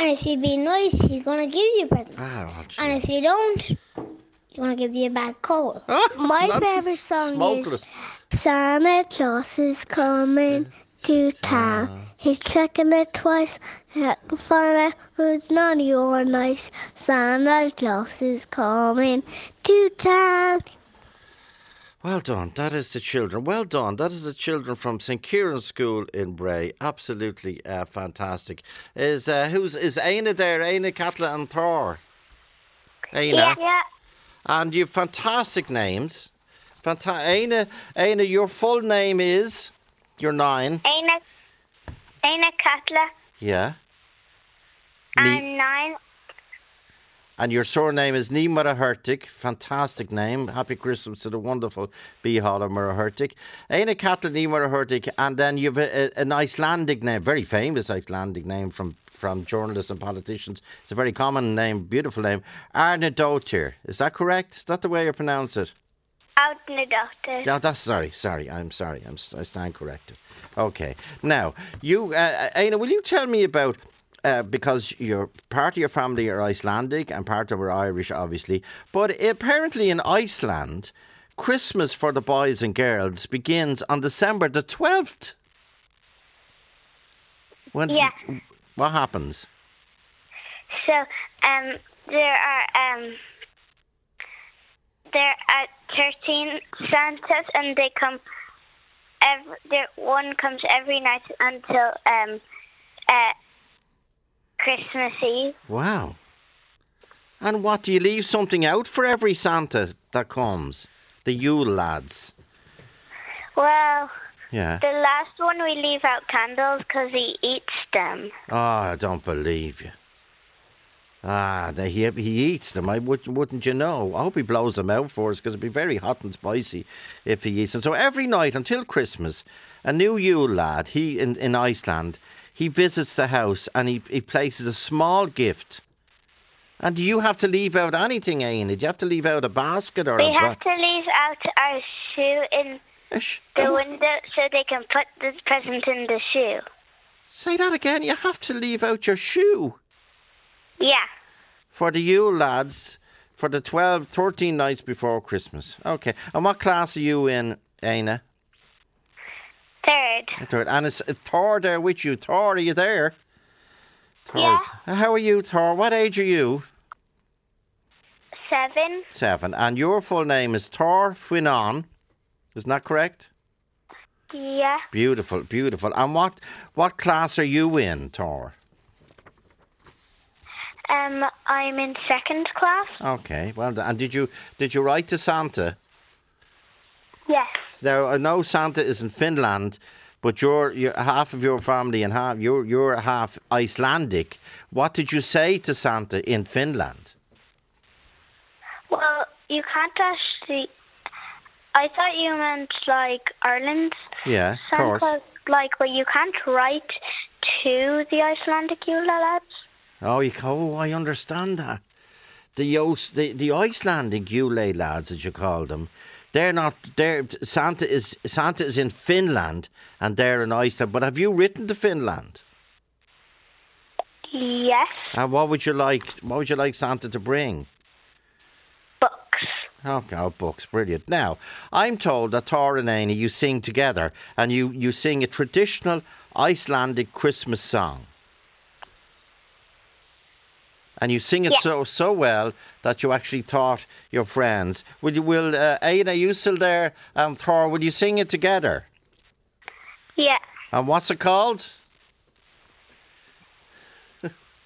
and if you be nice, he's going to give you presents.
Ah, well, gee.
And if you don't, he's going to give you a bad cold. My
Ah, That's
favorite song
smokeless.
is Santa Claus is coming to town.
Ah.
He's checking it twice, uh, find out who's naughty or nice. Santa Claus is coming to town.
Well done. That is the children. Well done. That is the children from St Kieran's School in Bray. Absolutely uh, fantastic. Is uh, who's is Aina there? Aina, Catla, and Thor. Aina,
Yeah.
and you have fantastic names. Fanta- Aina, Aina, your full name is. You're nine.
Aina, Aina Katla.
Yeah. Me-
I'm nine.
And your surname is Ní Murahurtig. Fantastic name. Happy Christmas to the wonderful Bihada Murahurtig. Aina Cattle Ní Murahurtig. And then you have a, a, an Icelandic name, very famous Icelandic name from, from journalists and politicians. It's a very common name, beautiful name. Arna Dóttir. Is that correct? Is that the way you pronounce it?
Out in the doctor.
Yeah, that's sorry, sorry. I'm sorry. I'm s- I stand corrected. Okay. Now, you, uh, Aina, will you tell me about uh, because your part of your family are Icelandic and part of are Irish, obviously. But apparently in Iceland, Christmas for the boys and girls begins on December the twelfth. When
Yeah.
What happens?
So, um, there are um, there are thirteen Santas, and they come. Every, there one comes every night until um, uh, Christmas Eve.
Wow. And what do you leave something out for every Santa that comes? The Yule lads.
Well,
Yeah.
the last one we leave out candles because he eats them.
Ah, I don't believe you. Ah, they, he, he eats them. I would, wouldn't you know? I hope he blows them out for us because it'd be very hot and spicy if he eats them. So every night until Christmas, a new Yule lad, he in, in Iceland, he visits the house and he, he places a small gift. And do you have to leave out anything, Aina? Do you have to leave out a basket or
we
a
have
bra-
to leave out our shoe in
Ish.
the window so they can put the present in the shoe.
Say that again. You have to leave out your shoe.
Yeah.
for the Yule lads for the 12, 13 nights before Christmas. Okay. And what class are you in, Aina?
Third.
Third. And is Thor there with you? Thor, are you there? Thor.
Yeah.
How are you, Thor? What age are you?
Seven.
Seven. And your full name is Thor Finan. Isn't that correct?
Yeah.
Beautiful, beautiful. And what what class are you in, Thor?
Um, I'm in second class.
Okay. Well, done. and did you did you write to Santa?
Yes.
Now I know Santa is in Finland, but your your half of your family and half your your half Icelandic. What did you say to Santa in Finland?
Well, you can't actually. I thought you meant like Ireland.
Yeah, of
Santa,
course.
like, but you can't write to the Icelandic Yule lads.
Oh, you ca- oh, I understand that. The Yos, the the Icelandic Yule lads, as you call them, they're not. They're Santa is Santa is in Finland and they're in Iceland. But have you written to Finland?
Yes.
And Uh, what would you like? What would you like Santa to bring?
Books.
Okay, oh, books, brilliant. Now, I'm told that Tor and Aina, you sing together, and you you sing a traditional Icelandic Christmas song, and you sing it
Yeah.
so so well that you actually taught your friends. Will you? Will uh, Aina, you still there? And Thor, will you sing it together?
Yeah.
And what's it called?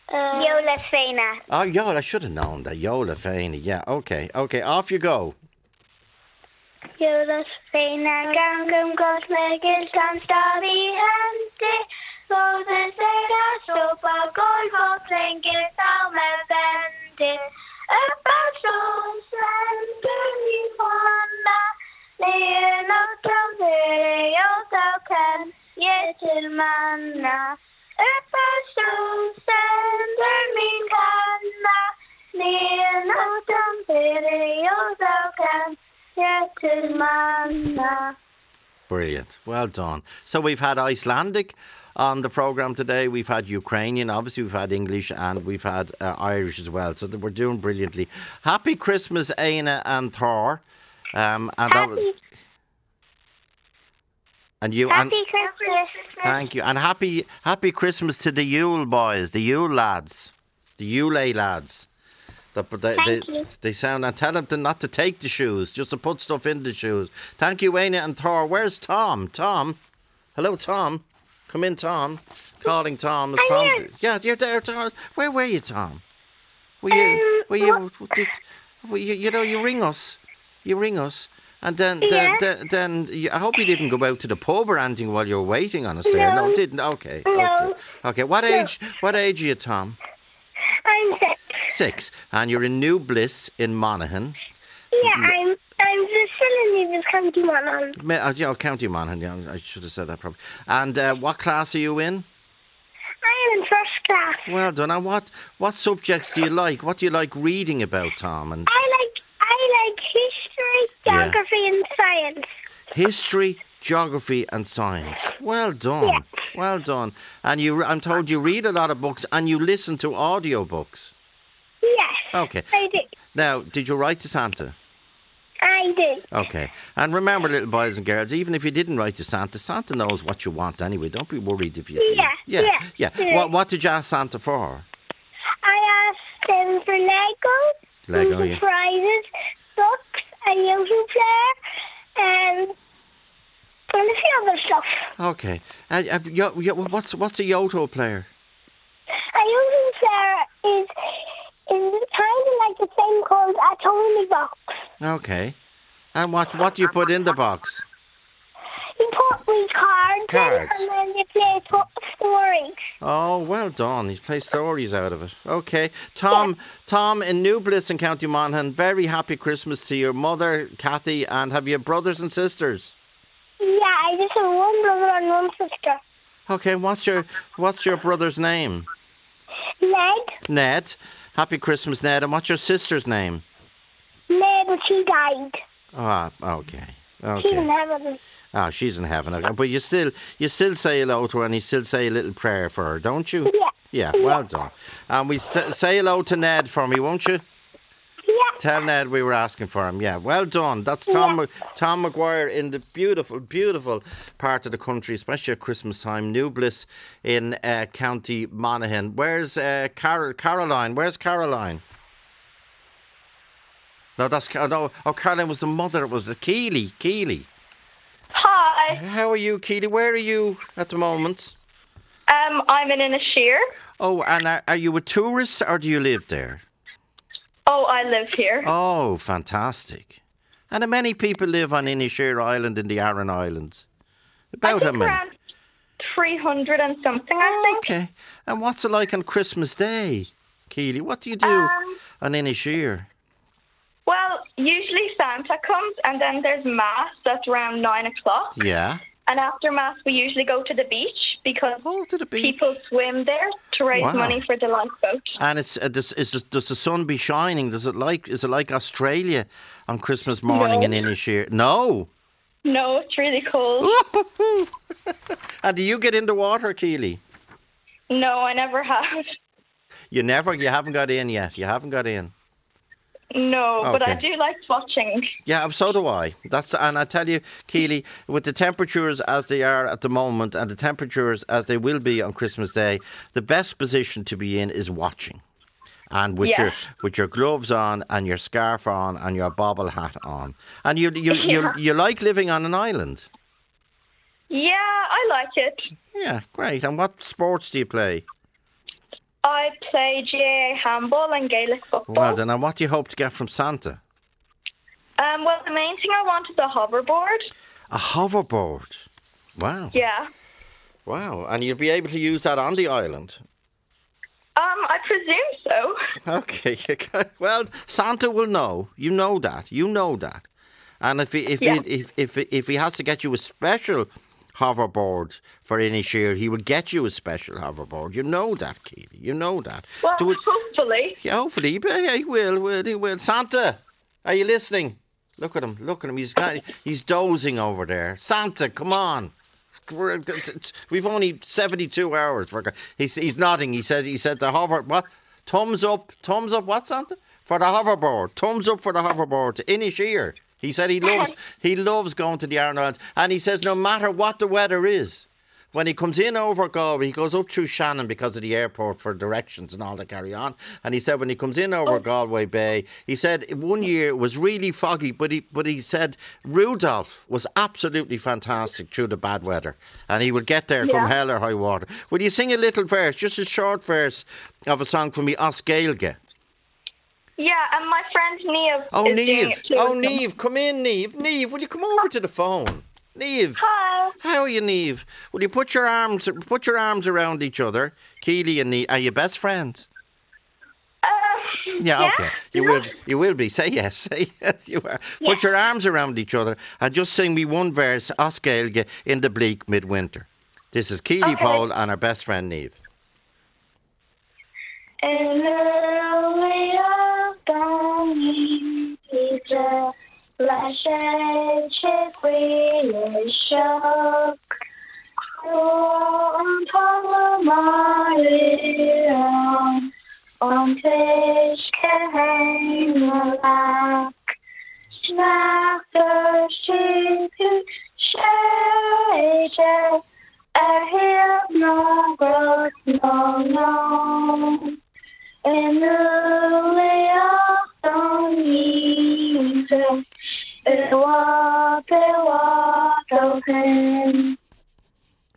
Uh, Yola Sveina.
Oh, Yola, I should have known that. Yola, Aina. Yeah, okay, okay. Off you go.
Jólas feinar gangum gott leggir samstað í hendi Góður þeirra sópa gólf og flengir þá með vendi Upp á sól sendur í honna Legin á tjáður og þá kann ég til manna Upp á sól sendur mín kanna Legin á tjáður og þá kann Yes, it's Mama.
Brilliant. Well done. So we've had Icelandic on the program today. We've had Ukrainian, obviously. We've had English and we've had uh, Irish as well. So th- we're doing brilliantly. Happy Christmas, Aina and Thor. Um, and that was,
Happy,
and you and
happy Christmas.
thank you and happy happy Christmas to the Yule boys, the Yule lads, the Yule lads. The, but they,
Thank
they,
you.
they sound and tell them to not to take the shoes, just to put stuff in the shoes. Thank you, Aina and Thor. Where's Tom? Tom, hello, Tom. Come in, Tom. Calling Tom. Is
I'm
Tom
here.
Yeah, you're there, Tom. Where were you, Tom? Were you?
Um,
were you? Did, were you, you know, you ring us. You ring us, and then
Yeah.
then, then, then you, I hope you didn't go out to the pub or anything while you were waiting on us there. No,
No.
didn't. Okay.
No.
Okay. Okay. What age? What age are you, Tom?
I'm six.
six, and you're in New Bliss in Monaghan.
Yeah, I'm I'm just sending you this county one on.
Ma- uh, yeah, County Monaghan. Yeah, I should have said that probably. And uh, what class are you in?
I am in first class.
Well done. And what what subjects do you like? What do you like reading about, Tom? And
I like I like history,
Yeah.
geography, and science.
history, geography, and science. Well done. Well done. And you, I'm told you read a lot of books and you listen to audiobooks.
Yes,
Okay.
I do.
Now, did you write to Santa?
I do.
Okay. And remember, little boys and girls, even if you didn't write to Santa, Santa knows what you want anyway. Don't be worried if you
Mm,
didn't.
Yeah,
Yeah.
yeah, yeah.
What, what did you ask Santa for?
I asked them for Legos,
Lego,
Google
Oh,
Mm,
yeah.
prizes, books, a YouTube player, and and a few other stuff.
Okay. Uh, uh, yo, yo, what's what's a Yoto player?
A YouTube player is is kind of like the thing called a Tony box.
Okay. And what what do you put in the box?
You put with cards, in
Cards.
and then you play to- stories.
Oh, well done. He's played stories out of it. Okay. Tom, Tom in New Bliss in County Monaghan, very happy Christmas to your mother, Kathy, and have you brothers and sisters?
Yeah, I just have one brother and one sister.
Okay, what's your what's your brother's name?
Ned,
Ned. Happy Christmas, Ned. And what's your sister's name?
Ned, she died.
Ah, okay.
She didn't
Okay.
have a
Ah, she's in heaven. Okay. But you still you still say hello to her and you still say a little prayer for her, don't you?
Yeah.
Yeah, well done. And we s- say hello to Ned for me, won't you?
Yeah.
Tell Ned we were asking for him. Yeah, well done. That's Tom Mc- Tom McGuire in the beautiful, beautiful part of the country, especially at Christmas time. New Bliss in uh, County Monaghan. Where's uh, Car- Caroline? Where's Caroline? No, that's Ca- no. Oh, Caroline was the mother. It was the Keely. Keely.
Hi.
How are you, Keely? Where are you at the moment?
Um, I'm in Inishir.
Oh, and are, are you a tourist or do you live there?
Oh, I live here.
Oh, fantastic. And how many people live on Inishere Island in the Aran Islands?
I
About how
think
many? Oh,
around 300 and something, I think.
Okay. And what's it like on Christmas Day, Keely? What do you do
Um,
on Inishere?
Well, usually Santa comes and then there's Mass that's around 9 o'clock.
Yeah.
And after Mass, we usually go to the beach because
Oh,
people swim there to raise
Wow.
money for the lifeboat.
And it's uh, does, is, just- does the sun be shining? Does it like is it like Australia on Christmas morning
No.
in Inishere? No.
No, it's really cold.
And do you get in the water, Keely?
no, I never have.
You never. You haven't got in yet. You haven't got in.
No, but I
Oh, Okay.
do like watching.
Yeah, so do I. That's and I tell you, Keely, with the temperatures as they are at the moment and the temperatures as they will be on Christmas Day, the best position to be in is watching. And with your
Yeah.
with your gloves on and your scarf on and your bobble hat on. And you you you,
Yeah.
you like living on an island.
Yeah, I like it.
Yeah, great. And what sports do you play?
I play GAA handball and Gaelic football.
Well then and what do you hope to get from Santa?
Um, well, the main thing I want is a hoverboard.
A hoverboard. Wow.
Yeah.
Wow. And you'll be able to use that on the island.
Um, I presume so.
Okay. well, Santa will know. You know that. You know that. And if he if
Yeah.
he, if, if if he has to get you a special hoverboard for any year, he will get you a special hoverboard. You know that, Keely. You know that.
Well,
Do it-
hopefully.
yeah, hopefully, but yeah, he will. Will he will? Santa, are you listening? Look at him. Look at him. He's got. He's dozing over there. Santa, come on. We're- t- t- t- We've only seventy-two hours. For God- He's he's nodding. He said he said the hover. What? Thumbs up. Thumbs up. What, Santa? For the hoverboard. Thumbs up for the hoverboard. In his ear. He said he loves he loves going to the Iron Islands, and he says no matter what the weather is. When he comes in over Galway, he goes up through Shannon because of the airport for directions and all to carry on. And he said when he comes in over Galway Bay, he said one year it was really foggy, but he but he said Rudolph was absolutely fantastic through the bad weather, and he will get there
Yeah.
come hell or high water. Will you sing a little verse, just a short verse of a song for me, Osgailge?
Yeah, and my friend Neve.
Oh,
is doing
Neve.
it too
Oh,
with them.
Neve. Come in, Neve. Neve, will you come over to the phone? Neve. Hi. How are you, Neve? Will you put your arms put your arms around each other? Keely and Neve, are you best friends?
Uh,
Yeah, okay. You will you will be. Say yes. Say yes you are. Put your arms around each other and just sing me one verse, Oscailge in the bleak midwinter. This is Keely
Okay.
Paul and our best friend Neve.
And early upon Peter, flash and check we shock. On Palomarion, on fish came back. Snacker sheep who shade, I hear no growth, no, no. In the way of the music, it was the water pen.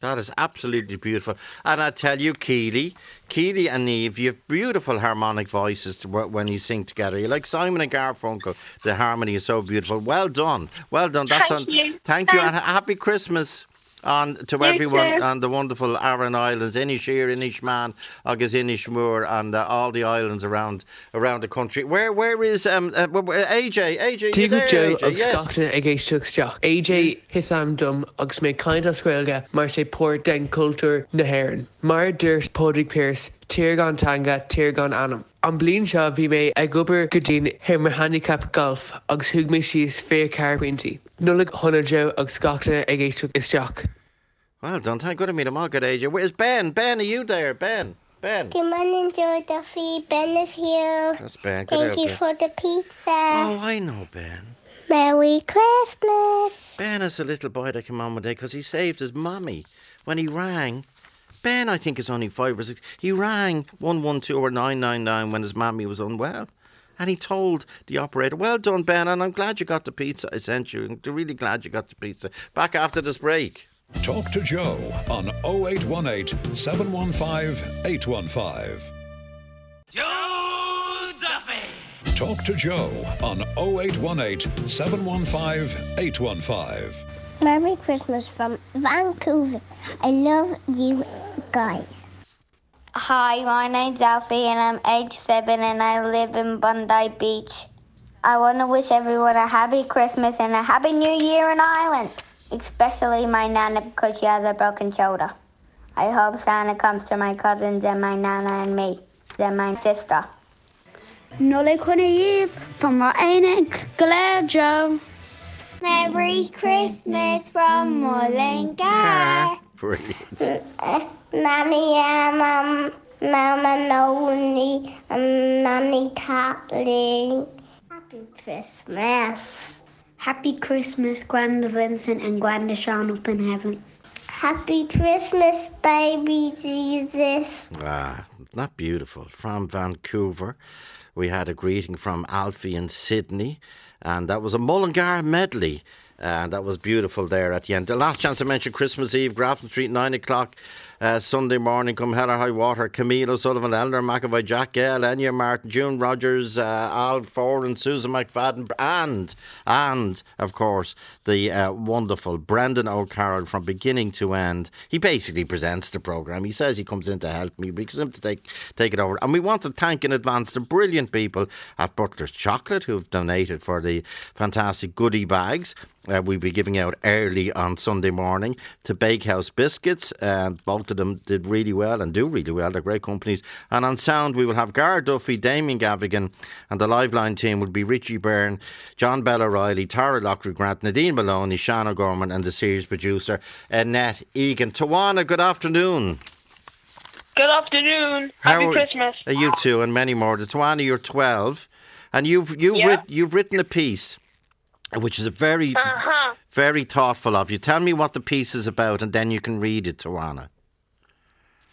That is absolutely beautiful. And I tell you, Keely, Keely and Neve, you have beautiful harmonic voices to wh- when you sing together. You're like Simon and Garfunkel. The harmony is so beautiful. Well done. Well done. That's
Thank
on,
you.
Thank you. And
Thanks.
happy Christmas on to
You
everyone
too.
on the wonderful Aran Islands, Inishir, Inishman, Agus Inishmore, and uh, all the islands around around the country. Where Where is um, uh, wh- wh- AJ? AJ, you
Tugu
there,
Joe
AJ?
of
Yes. Hmm.
Scotland against Tugs Jock. AJ Hissam Dum agus mé kind oscuilga mar sé pór den cultúr na hhéan. Mar dúirt Podrick Pierce, Tirgon tanga, Tirgon anam. An blin seo bhí mé ag gobar godín hir mar handicap golf agus thug mé sios fair carhaintí. Nulig honna Joe ag Scotland against Tugs Jock.
Well done. Thank good to meet him. All good, AJ. Where's Ben? Ben, are you there? Ben? Ben?
Come on, enjoy the free benefit.
That's Ben. Good
Thank
out
you
there.
for the pizza.
Oh, I know, Ben.
Merry Christmas.
Ben is a little boy that came on one day because he saved his mommy when he rang. Ben, I think, is only five or six. He rang 112 or 999 when his mommy was unwell. And he told the operator, Well done, Ben, and I'm glad you got the pizza I sent you. I'm really glad you got the pizza. Back after this break.
Talk to Joe on 0818 715 815. Talk to Joe on 0818 715 815.
Merry Christmas from Vancouver. I love you guys. Hi, my name's Alfie and I'm age seven and I live in Bondi Beach. I want to wish everyone a happy Christmas and a happy new year in Ireland, especially my nana because she has a broken shoulder. I hope Santa comes to my cousins and my nana and me, then my sister.
Nola Connieve from Ryan Glasgow.
Merry Christmas from Mullingar.
Brilliant.
Nanny
uh,
and um, Mama Noni
um,
and Nanny Kathleen. Happy Christmas.
Happy Christmas, Gwenda Vincent and Gwenda Sean up in heaven.
Happy Christmas, baby Jesus.
Ah, not beautiful. From Vancouver, we had a greeting from Alfie in Sydney, and that was a Mullingar medley. And that was beautiful there at the end. The last chance I mentioned Christmas Eve, Grafton Street, 9 o'clock, uh, Sunday morning, come hell or high water. Camille O'Sullivan, Eleanor McAvoy, Jack Gale, Enya Martin, June Rogers, uh, Al Foran, Susan McFadden, and, and, of course, the uh, wonderful Brendan O'Carroll from beginning to end. He basically presents the programme. He says he comes in to help me, but he comes in to take, take it over. And we want to thank in advance the brilliant people at Butler's Chocolate who've donated for the fantastic goodie bags. Uh, we'll be giving out early on Sunday morning to Bakehouse Biscuits. Uh, both of them did really well and do really well. They're great companies. And on sound, we will have Gar Duffy, Damien Gavigan, and the Liveline team will be Richie Byrne, John Bell O'Reilly, Tara Lockwood Grant, Nadine Maloney, Sean O'Gorman, and the series producer, Annette Egan. Tawana, good afternoon.
Good afternoon. Happy
How are-
Christmas.
Uh, you two and many more. Tawana, you're 12, and you've, you've,
Yeah.
writ- you've written a piece, which is a very
Uh-huh.
very thoughtful of you. Tell me what the piece is about, and then you can read it, Tawana.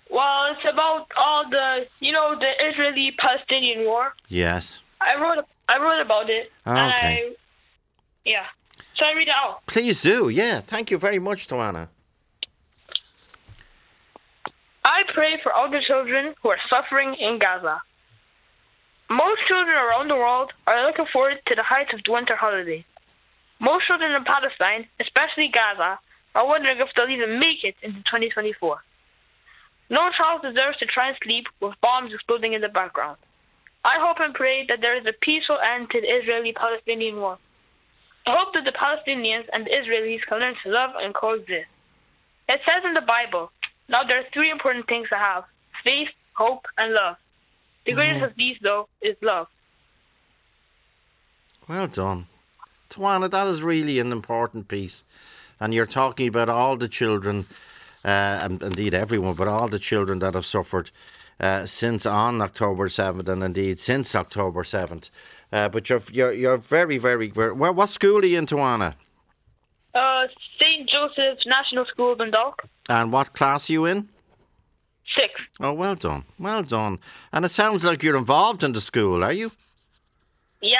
Well, it's about all the, you know, the Israeli-Palestinian war.
Yes.
I wrote, I wrote about it, and I,
Ah, Okay.
yeah. So I read it out.
Please do. Yeah. Thank you very much, Tawana.
I pray for all the children who are suffering in Gaza. Most children around the world are looking forward to the heights of the winter holiday. Most children in Palestine, especially Gaza, are wondering if they'll even make it into 2024. No child deserves to try and sleep with bombs exploding in the background. I hope and pray that there is a peaceful end to the Israeli Palestinian war. I hope that the Palestinians and the Israelis can learn to love and coexist. It says in the Bible, now there are three important things I have faith, hope, and love. The greatest of these, though, is love.
Well done. Tawana, that is really an important piece. And you're talking about all the children, uh, and indeed everyone, but all the children that have suffered uh, since on October 7th and indeed since October 7th. Uh, but you're, you're, you're very, very, very. Well, what school are you in, Tawana?
Uh, St. Joseph's National School, Dundalk,
And what class are you in?
six.
Oh, well done. Well done. And it sounds like you're involved in the school, are you?
Yeah.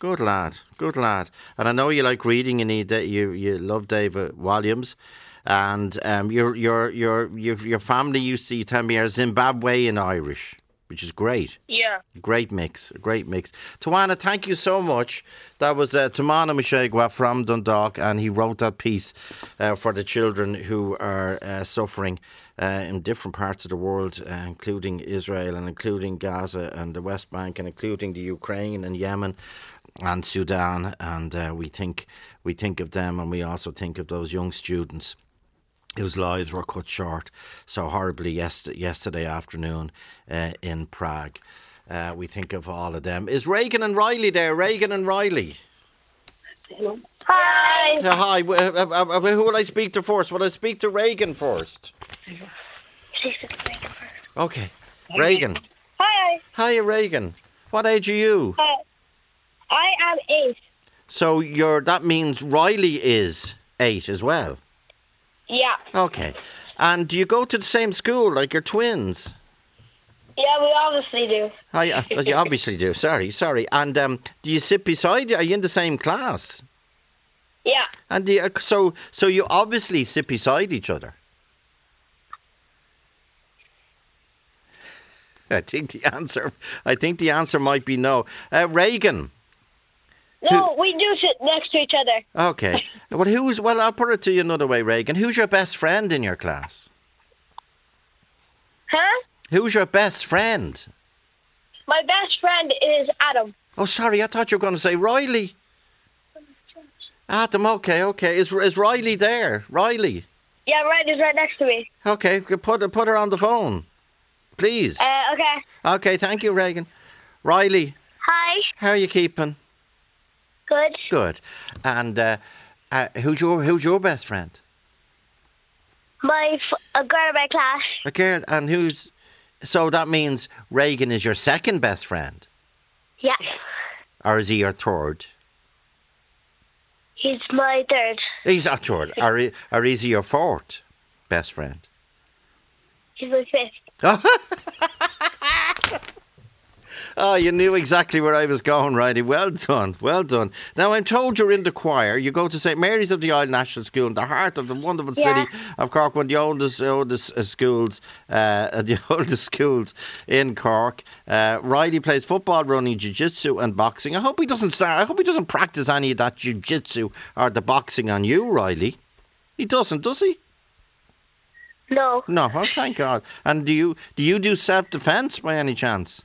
Good lad, good lad. And I know you like reading, and you da- you, you love David Williams, and um, your your your your your family used to you tell me are Zimbabwean Irish, which is great.
Yeah.
Great mix, great mix. Tawana, thank you so much. That was uh, Tamana Mashegwa from Dundalk, and he wrote that piece uh, for the children who are uh, suffering uh, in different parts of the world, uh, including Israel and including Gaza and the West Bank and including the Ukraine and Yemen and Sudan. And uh, we think we think of them, and we also think of those young students whose lives were cut short so horribly yesterday, yesterday afternoon uh, in Prague. Uh, we think of all of them. Is Reagan and Riley there? Reagan and Riley.
Hi.
Yeah, hi. W- uh, uh, uh, Who will I speak to first? Will I speak to Reagan first? Okay. Reagan.
Hi.
Hi, Reagan. What age are you?
Hi. I am eight.
So you're that means Riley is eight as well.
Yeah.
Okay. And do you go to the same school like your twins?
Yeah, we obviously do.
I, I you obviously do. Sorry, sorry. And um, do you sit beside? Are you in the same class?
Yeah.
And do you, uh, so, so you obviously sit beside each other. I think the answer. I think the answer might be no. Uh, Reagan.
No, we do sit next to each other.
Okay. well, who's? Well, I'll put it to you another way, Reagan. Who's your best friend in your class?
Huh?
Who's your best friend?
My best friend is Adam.
Oh, sorry. I thought you were going to say Riley. Adam. Okay. Okay. Is is Riley there? Riley.
Yeah, right is right next to me.
Okay, g- put her- put her on the phone, please.
Uh, okay.
okay, thank you, Reagan. Riley,
Hi.
how are you keeping?
Good.
Good. And uh, uh, who's your who's your best friend?
My f- a girl in my class.
A girl, and who's? So that means Reagan is your second best friend,
Yeah.
or is he your third?
He's my third.
He's not third, or, i- or is he your fourth best friend?
He's my fifth.
Oh, you knew exactly where I was going, Riley. Well done, well done. Now, I'm told you're in the choir. You go to St Mary's of the Isle National School in the heart of the wonderful
Yeah.
city of Cork, one of the oldest, oldest uh, schools, uh, the oldest schools in Cork. Uh, Riley plays football, running, jiu-jitsu and boxing. I hope he doesn't start. I hope he doesn't practice any of that jiu-jitsu or the boxing on you, Riley. He doesn't, does he?
No.
No. Oh, thank God. And do you do you do self-defense by any chance?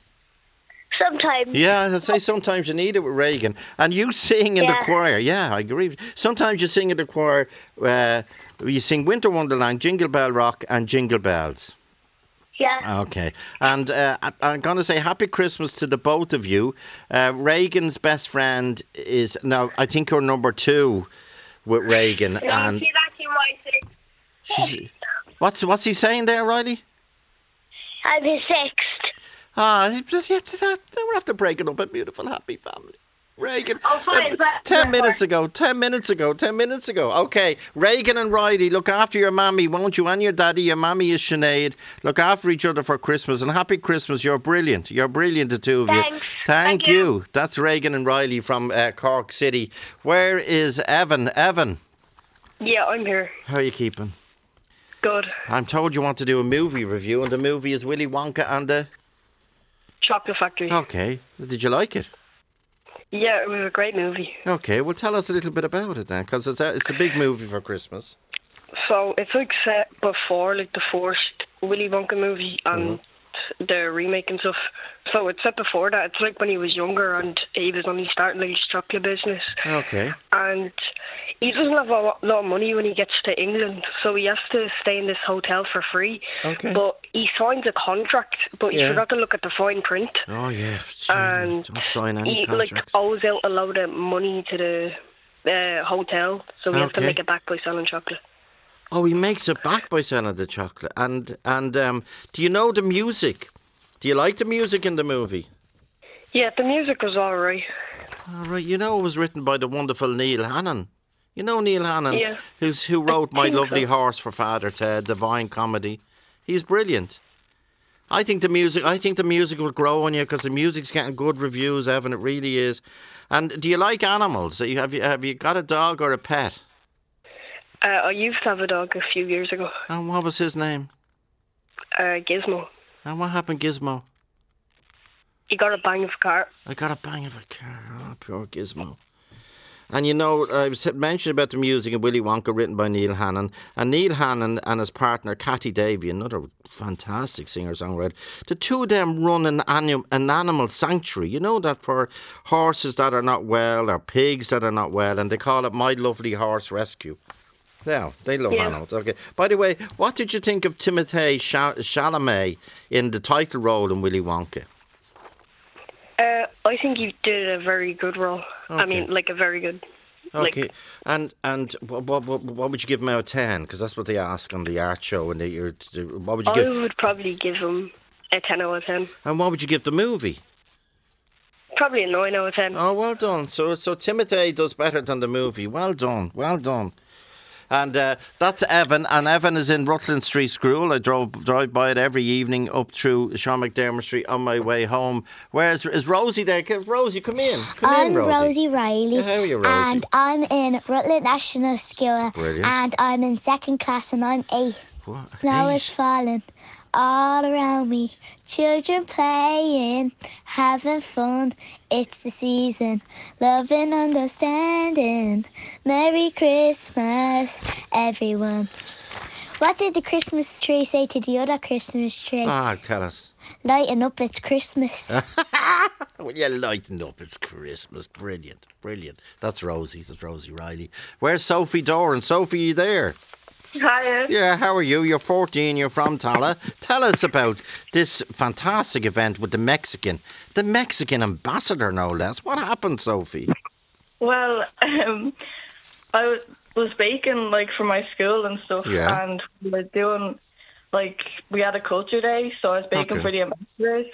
Sometimes.
Yeah, as I say, sometimes you need it with Reagan. And you sing in
Yeah.
the choir. Yeah, I agree. Sometimes you sing in the choir. Uh, you sing Winter Wonderland, Jingle Bell Rock, and Jingle Bells.
Yeah.
Okay. And uh, I- I'm going to say Happy Christmas to the both of you. Uh, Reagan's best friend is now, I think you're number two with Reagan. And
she's actually my sixth.
she's- what's, what's he saying there, Riley?
I'm his sixth.
Ah, they we're after breaking up a beautiful, happy family. Reagan.
Oh, fine,
Uh,
but-
ten minutes ago. Ten minutes ago. Ten minutes ago. Okay, Reagan and Riley, look after your mammy, won't you? And your daddy. Your mammy is Sinead. Look after each other for Christmas and happy Christmas. You're brilliant. You're brilliant, the two of you.
Thanks.
Thank,
Thank
you.
you.
That's Reagan and Riley from uh, Cork City. Where is Evan? Evan,
Yeah, I'm here.
how are you keeping?
Good.
I'm told you want to do a movie review, and the movie is Willy Wonka and the.
Chocolate Factory.
Okay, did you like it?
Yeah, it was a great movie.
Okay, well, tell us a little bit about it then, because it's a, it's a big movie for Christmas.
So it's like set before like the first Willy Wonka movie and
Uh-huh.
the remake and stuff. So it's set before that. It's like when he was younger and he was only starting like his chocolate business,
Okay.
and he doesn't have a lo- lot of money when he gets to England, so he has to stay in this hotel for free.
Okay.
But he signs a contract, but he
Yeah.
forgot to look at the fine print,
Oh yeah.
and
Don't sign any
he like
contracts.
owes out a load of money to the uh, hotel, so he has to
Okay.
make it back by selling chocolate.
Oh, he makes it back by selling the chocolate. And and um, do you know the music? Do you like the music in the movie?
Yeah, the music was alright.
All right, you know it was written by the wonderful Neil Hannon. You know Neil Hannon,
Yeah.
who's who wrote My
think so.
Lovely Horse for Father Ted, Divine Comedy. He's brilliant. I think the music. I think the music will grow on you because the music's getting good reviews, Evan. It really is. And do you like animals? Have you have you, have you got a dog or a pet?
Uh, I used to have a dog a few years ago,
And what was his name?
uh, Gizmo.
And what happened, Gizmo?
He got a bang of a car.
I got a bang of a car. Oh, poor Gizmo. And you know, I was mentioned about the music in Willy Wonka, written by Neil Hannon. And Neil Hannon and his partner, Catty Davy, another fantastic singer songwriter, the two of them run an, annu- an animal sanctuary. You know that for horses that are not well or pigs that are not well, and they call it My Lovely Horse Rescue. Now, they love
Yeah.
animals. Okay. By the way, what did you think of Timothée Cha- Chalamet in the title role in Willy Wonka?
Uh, I think he did a very good role. I
Okay.
mean, like a very good.
Okay, and and what, what what what would you give him out of ten? Because that's what they ask on the art show, and they, you're, what would you
I
give?
would probably give him a ten out of ten.
And what would you give the movie?
Probably a nine out of ten.
Oh, well done. So so Timothy does better than the movie. Well done, well done. And uh, that's Evan, and Evan is in Rutland Street School. I drove drive by it every evening up through Sean McDermott Street on my way home. Where's is Rosie there? Come- Rosie, come in, come
I'm
in, Rosie.
Rosie Riley.
How are you, Rosie?
And I'm in Rutland National School.
Brilliant.
And I'm in second class and I'm eight.
What?
Snow is falling all around me. Children playing, having fun. It's the season. Love and understanding. Merry Christmas, everyone. What did the Christmas tree say to the other Christmas tree?
Ah, tell us.
Lighten up, it's Christmas.
Well, you lighten up. It's Christmas. Brilliant. Brilliant. That's Rosie. That's Rosie Riley. Where's Sophie Doran? Sophie, you there?
Hiya.
Yeah, how are you? You're 14, you're from Tala. Tell us about this fantastic event with the Mexican, the Mexican ambassador, no less. What happened, Sophie?
Well, um, I w- was baking like for my school and stuff,
Yeah.
and we were doing like we had a culture day, so I was baking
Okay.
for the ambassadors.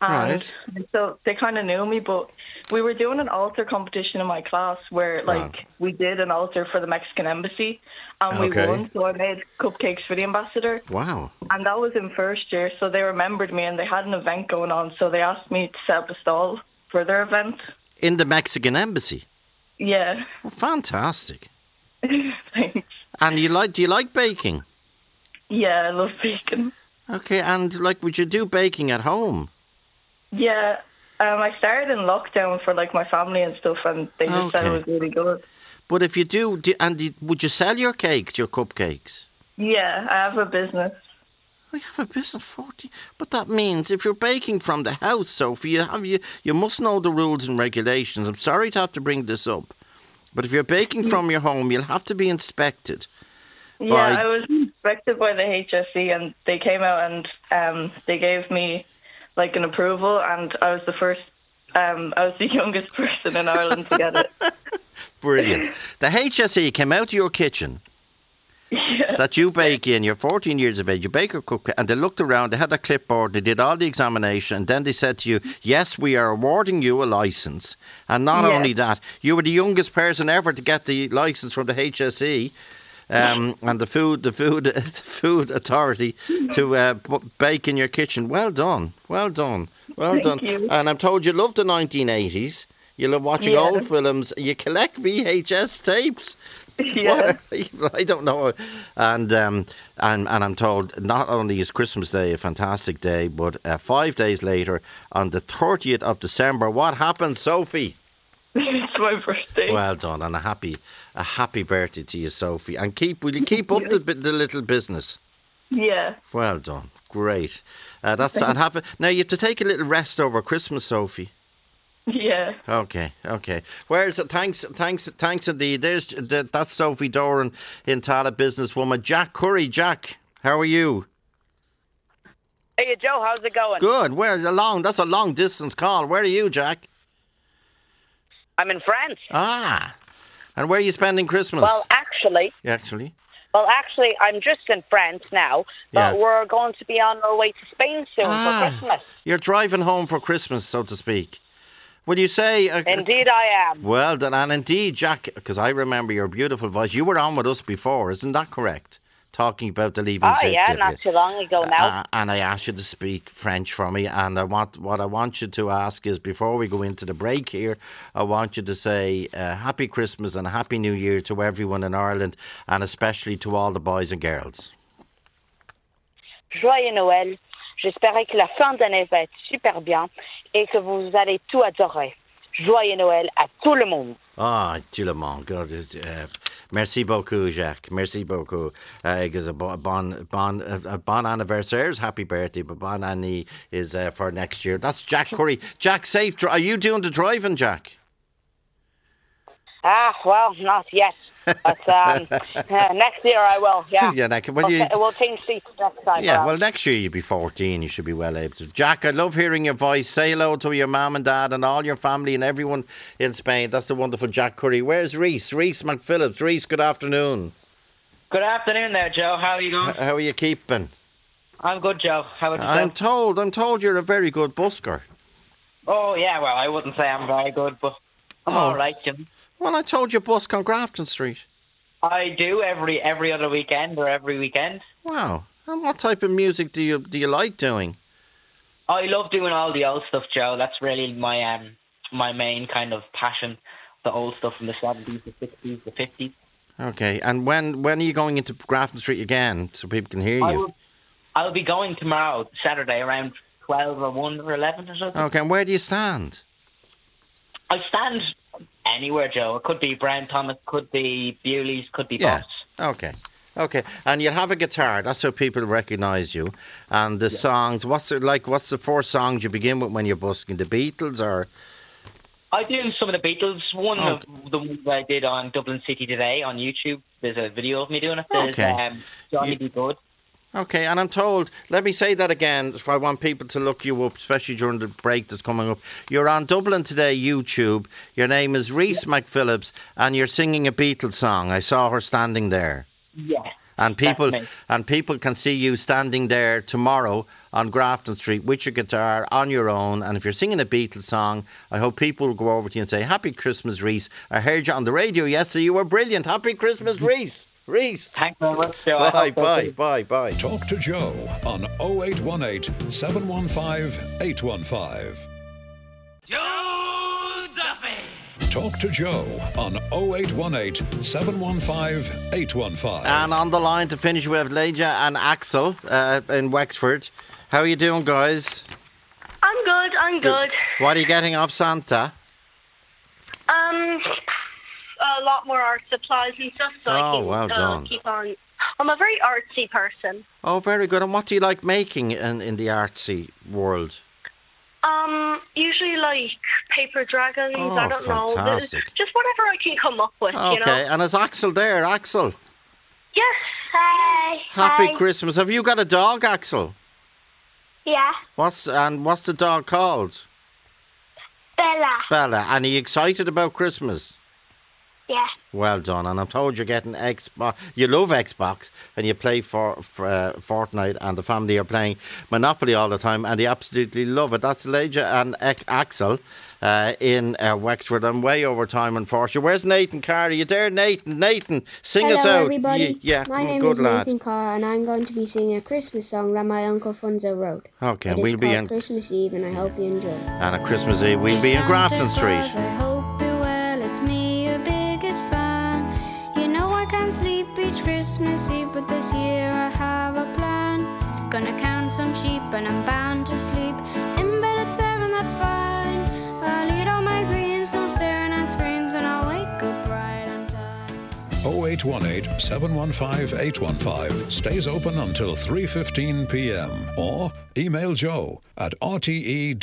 And so they kind of knew me, but we were doing an altar competition in my class where, like, we did an altar for the Mexican embassy, and
Okay.
we won. So I made cupcakes for the ambassador,
Wow.
and that was in first year. So they remembered me, and they had an event going on, so they asked me to set up a stall for their event.
In the Mexican embassy.
Yeah.
Fantastic. And you like do you like baking?
Yeah, I love bacon.
Okay, and like would you do baking at home?
Yeah, um, I started in lockdown for like my family and stuff, and they just said it
Okay.
was really good.
But if you do, do and you, would you sell your cakes, your cupcakes?
Yeah, I have a business.
We have a business forty, but that means if you're baking from the house, Sophie, you have you you must know the rules and regulations. I'm sorry to have to bring this up, but if you're baking from your home, you'll have to be inspected.
Yeah,
by-
I was inspected by the HSE, and they came out and um, they gave me like an approval, and I was the first. Um, I was the youngest person in Ireland to get it.
Brilliant. The HSE came out of your kitchen that you bake in. You're 14 years of age. You bake a cupcake, and they looked around. They had a clipboard. They did all the examination, and then they said to you, "Yes, we are awarding you a license." And not
Yeah.
only that, you were the youngest person ever to get the license from the HSE. Um, and the food, the food, the food authority to uh, b- bake in your kitchen. Well done, well done, well
Thank
done.
you.
And I'm told you love the 1980s. You love watching
Yeah.
old films. You collect VHS tapes.
Yeah.
What a- I don't know. And um, and and I'm told not only is Christmas Day a fantastic day, but uh, five days later, on the 30th of December, what happened, Sophie?
it's my birthday.
Well done, and a happy a happy birthday to you, Sophie. And keep will you keep up the, bit- the little business?
Yeah.
Well done. Great. Uh, that's and have a, now you have to take a little rest over Christmas, Sophie.
Yeah.
Okay, okay. Where's it? Thanks, thanks, thanks indeed. There's th- that's Sophie Doran in Tala Businesswoman. Jack Curry, Jack, how are you?
Hey, Joe, how's it going?
Good. Where a long? That's a long distance call. Where are you, Jack?
I'm in France.
Ah, and where are you spending Christmas?
Well, actually,
actually,
well, actually, I'm just in France now, but
Yeah.
we're going to be on our way to Spain soon
Ah.
for Christmas.
you're driving home for Christmas, so to speak. Will you say? uh,
Indeed, I am.
Well done, and indeed, Jack, because I remember your beautiful voice. You were on with us before, isn't that correct? Talking about the leaving
oh yeah,
certificate.
not too long ago now.
Uh, and I asked you to speak French for me. And I want what I want you to ask is before we go into the break here, I want you to say uh, Happy Christmas and Happy New Year to everyone in Ireland, and especially to all the boys and girls.
Joyeux Noël. J'espérais que la fin d'année va être super bien et que vous allez tout adorer. Joyeux Noël à tout le monde.
Ah, Tulamon, God, uh, merci beaucoup, Jacques. Merci beaucoup. Because a bon, bon, bon, a bon anniversaire is happy birthday, but bon annie is uh, for next year. That's Jack Curry. Jack, safe. Dri- are you doing the driving, Jack?
Ah, well, not yet. But um, uh, next year I will, yeah.
Yeah, next- well, you-
Okay, We'll change seats next time.
Yeah,
around.
well, next year you'll be 14. You should be well able to. Jack, I love hearing your voice. Say hello to your mum and dad and all your family and everyone in Spain. That's the wonderful Jack Curry. Where's Reese? Reese McPhillips. Reese, good afternoon.
Good afternoon there, Joe. How are you going?
H- How are you keeping?
I'm good, Joe. How about
I'm
yourself?
told, I'm told you're a very good busker.
Oh, yeah, well, I wouldn't say I'm very good, but I'm
Oh.
all right, you know.
Well, I told you busk on Grafton Street.
I do every every other weekend or every weekend.
Wow. And what type of music do you do you like doing?
I love doing all the old stuff, Joe. That's really my um my main kind of passion, the old stuff from the 70s, the 60s, the 50s.
Okay, and when when are you going into Grafton Street again so people can hear
I
you?
will, I'll be going tomorrow, Saturday, around 12 or 1 or 11 or something.
Okay, and where do you stand?
I stand anywhere, Joe. It could be Brian Thomas, could be Bewley's, could be
Yeah.
Boss.
Okay. Okay. And you'll have a guitar. That's how people recognise you. And the songs. What's it like? What's the four songs you begin with when you're busking? The Beatles or
I do some of the Beatles. One
Okay.
of the ones I did on Dublin City Today on YouTube. There's a video of me doing it. There's
Okay.
um, Johnny
You-
Be Good.
Okay, and I'm told, let me say that again, if I want people to look you up, especially during the break that's coming up. You're on Dublin Today YouTube. Your name is Reese McPhillips, and you're singing a Beatles song. I saw her standing there.
Yeah.
And people
me.
and people can see you standing there tomorrow on Grafton Street with your guitar on your own. And if you're singing a Beatles song, I hope people will go over to you and say, "Happy Christmas, Reese." I heard you on the radio yesterday. You were brilliant. Happy Christmas, Reese. Reese.
Thanks Mm-hmm. very much, Joe.
I
Bye,
hope so
bye,
too.
bye, bye.
Talk to Joe on 0818 715 815. Talk to Joe on 0818 715 815.
And on the line to finish, we have Leija and Axel uh, in Wexford. How are you doing, guys?
I'm good. I'm good.
What are you getting off Santa?
Um, a lot more art supplies and stuff, so I
Oh,
can
well
uh,
done.
keep on. I'm a very artsy person.
Oh, very good. And what do you like making in, in the artsy world?
Um, usually like paper dragons.
Oh,
I don't know,
fantastic.
just whatever I can come up with.
Okay,
You know.
and is Axel there? Axel,
Yes. Hi.
happy Christmas. Have you got a dog, Axel?
Yeah,
What's and what's the dog called?
Bella.
Bella. And are you excited about Christmas?
Yeah.
Well done, and I'm told you're getting Xbox. You love Xbox, and you play for, for uh, Fortnite, and the family are playing Monopoly all the time, and they absolutely love it. That's Leja and Ek- Axel uh, in uh, Wexford. I'm way over time, unfortunately. Where's Nathan Carr? Are you there, Nathan? Nathan, sing
Hello,
us out.
everybody.
Ye- yeah,
my
mm,
name
good
is
lad.
Nathan Carr, and I'm going to be singing a Christmas song that my uncle Fonzo wrote.
Okay,
It
and
is
we'll be
called
in
Christmas Eve, and I hope you enjoy.
and on Christmas Eve we'll be in Grafton Street.
I hope you're well, it's me, your biggest fan. You know I can't sleep each Christmas Eve, but this year I have a plan. Gonna count some sheep and I'm bound to sleep. In bed at seven, that's fine. I'll eat all my greens, no staring at screens, and I'll wake up right on time.
0818 715 815 stays open until E 3.15 p.m. or email joe at rte.ie.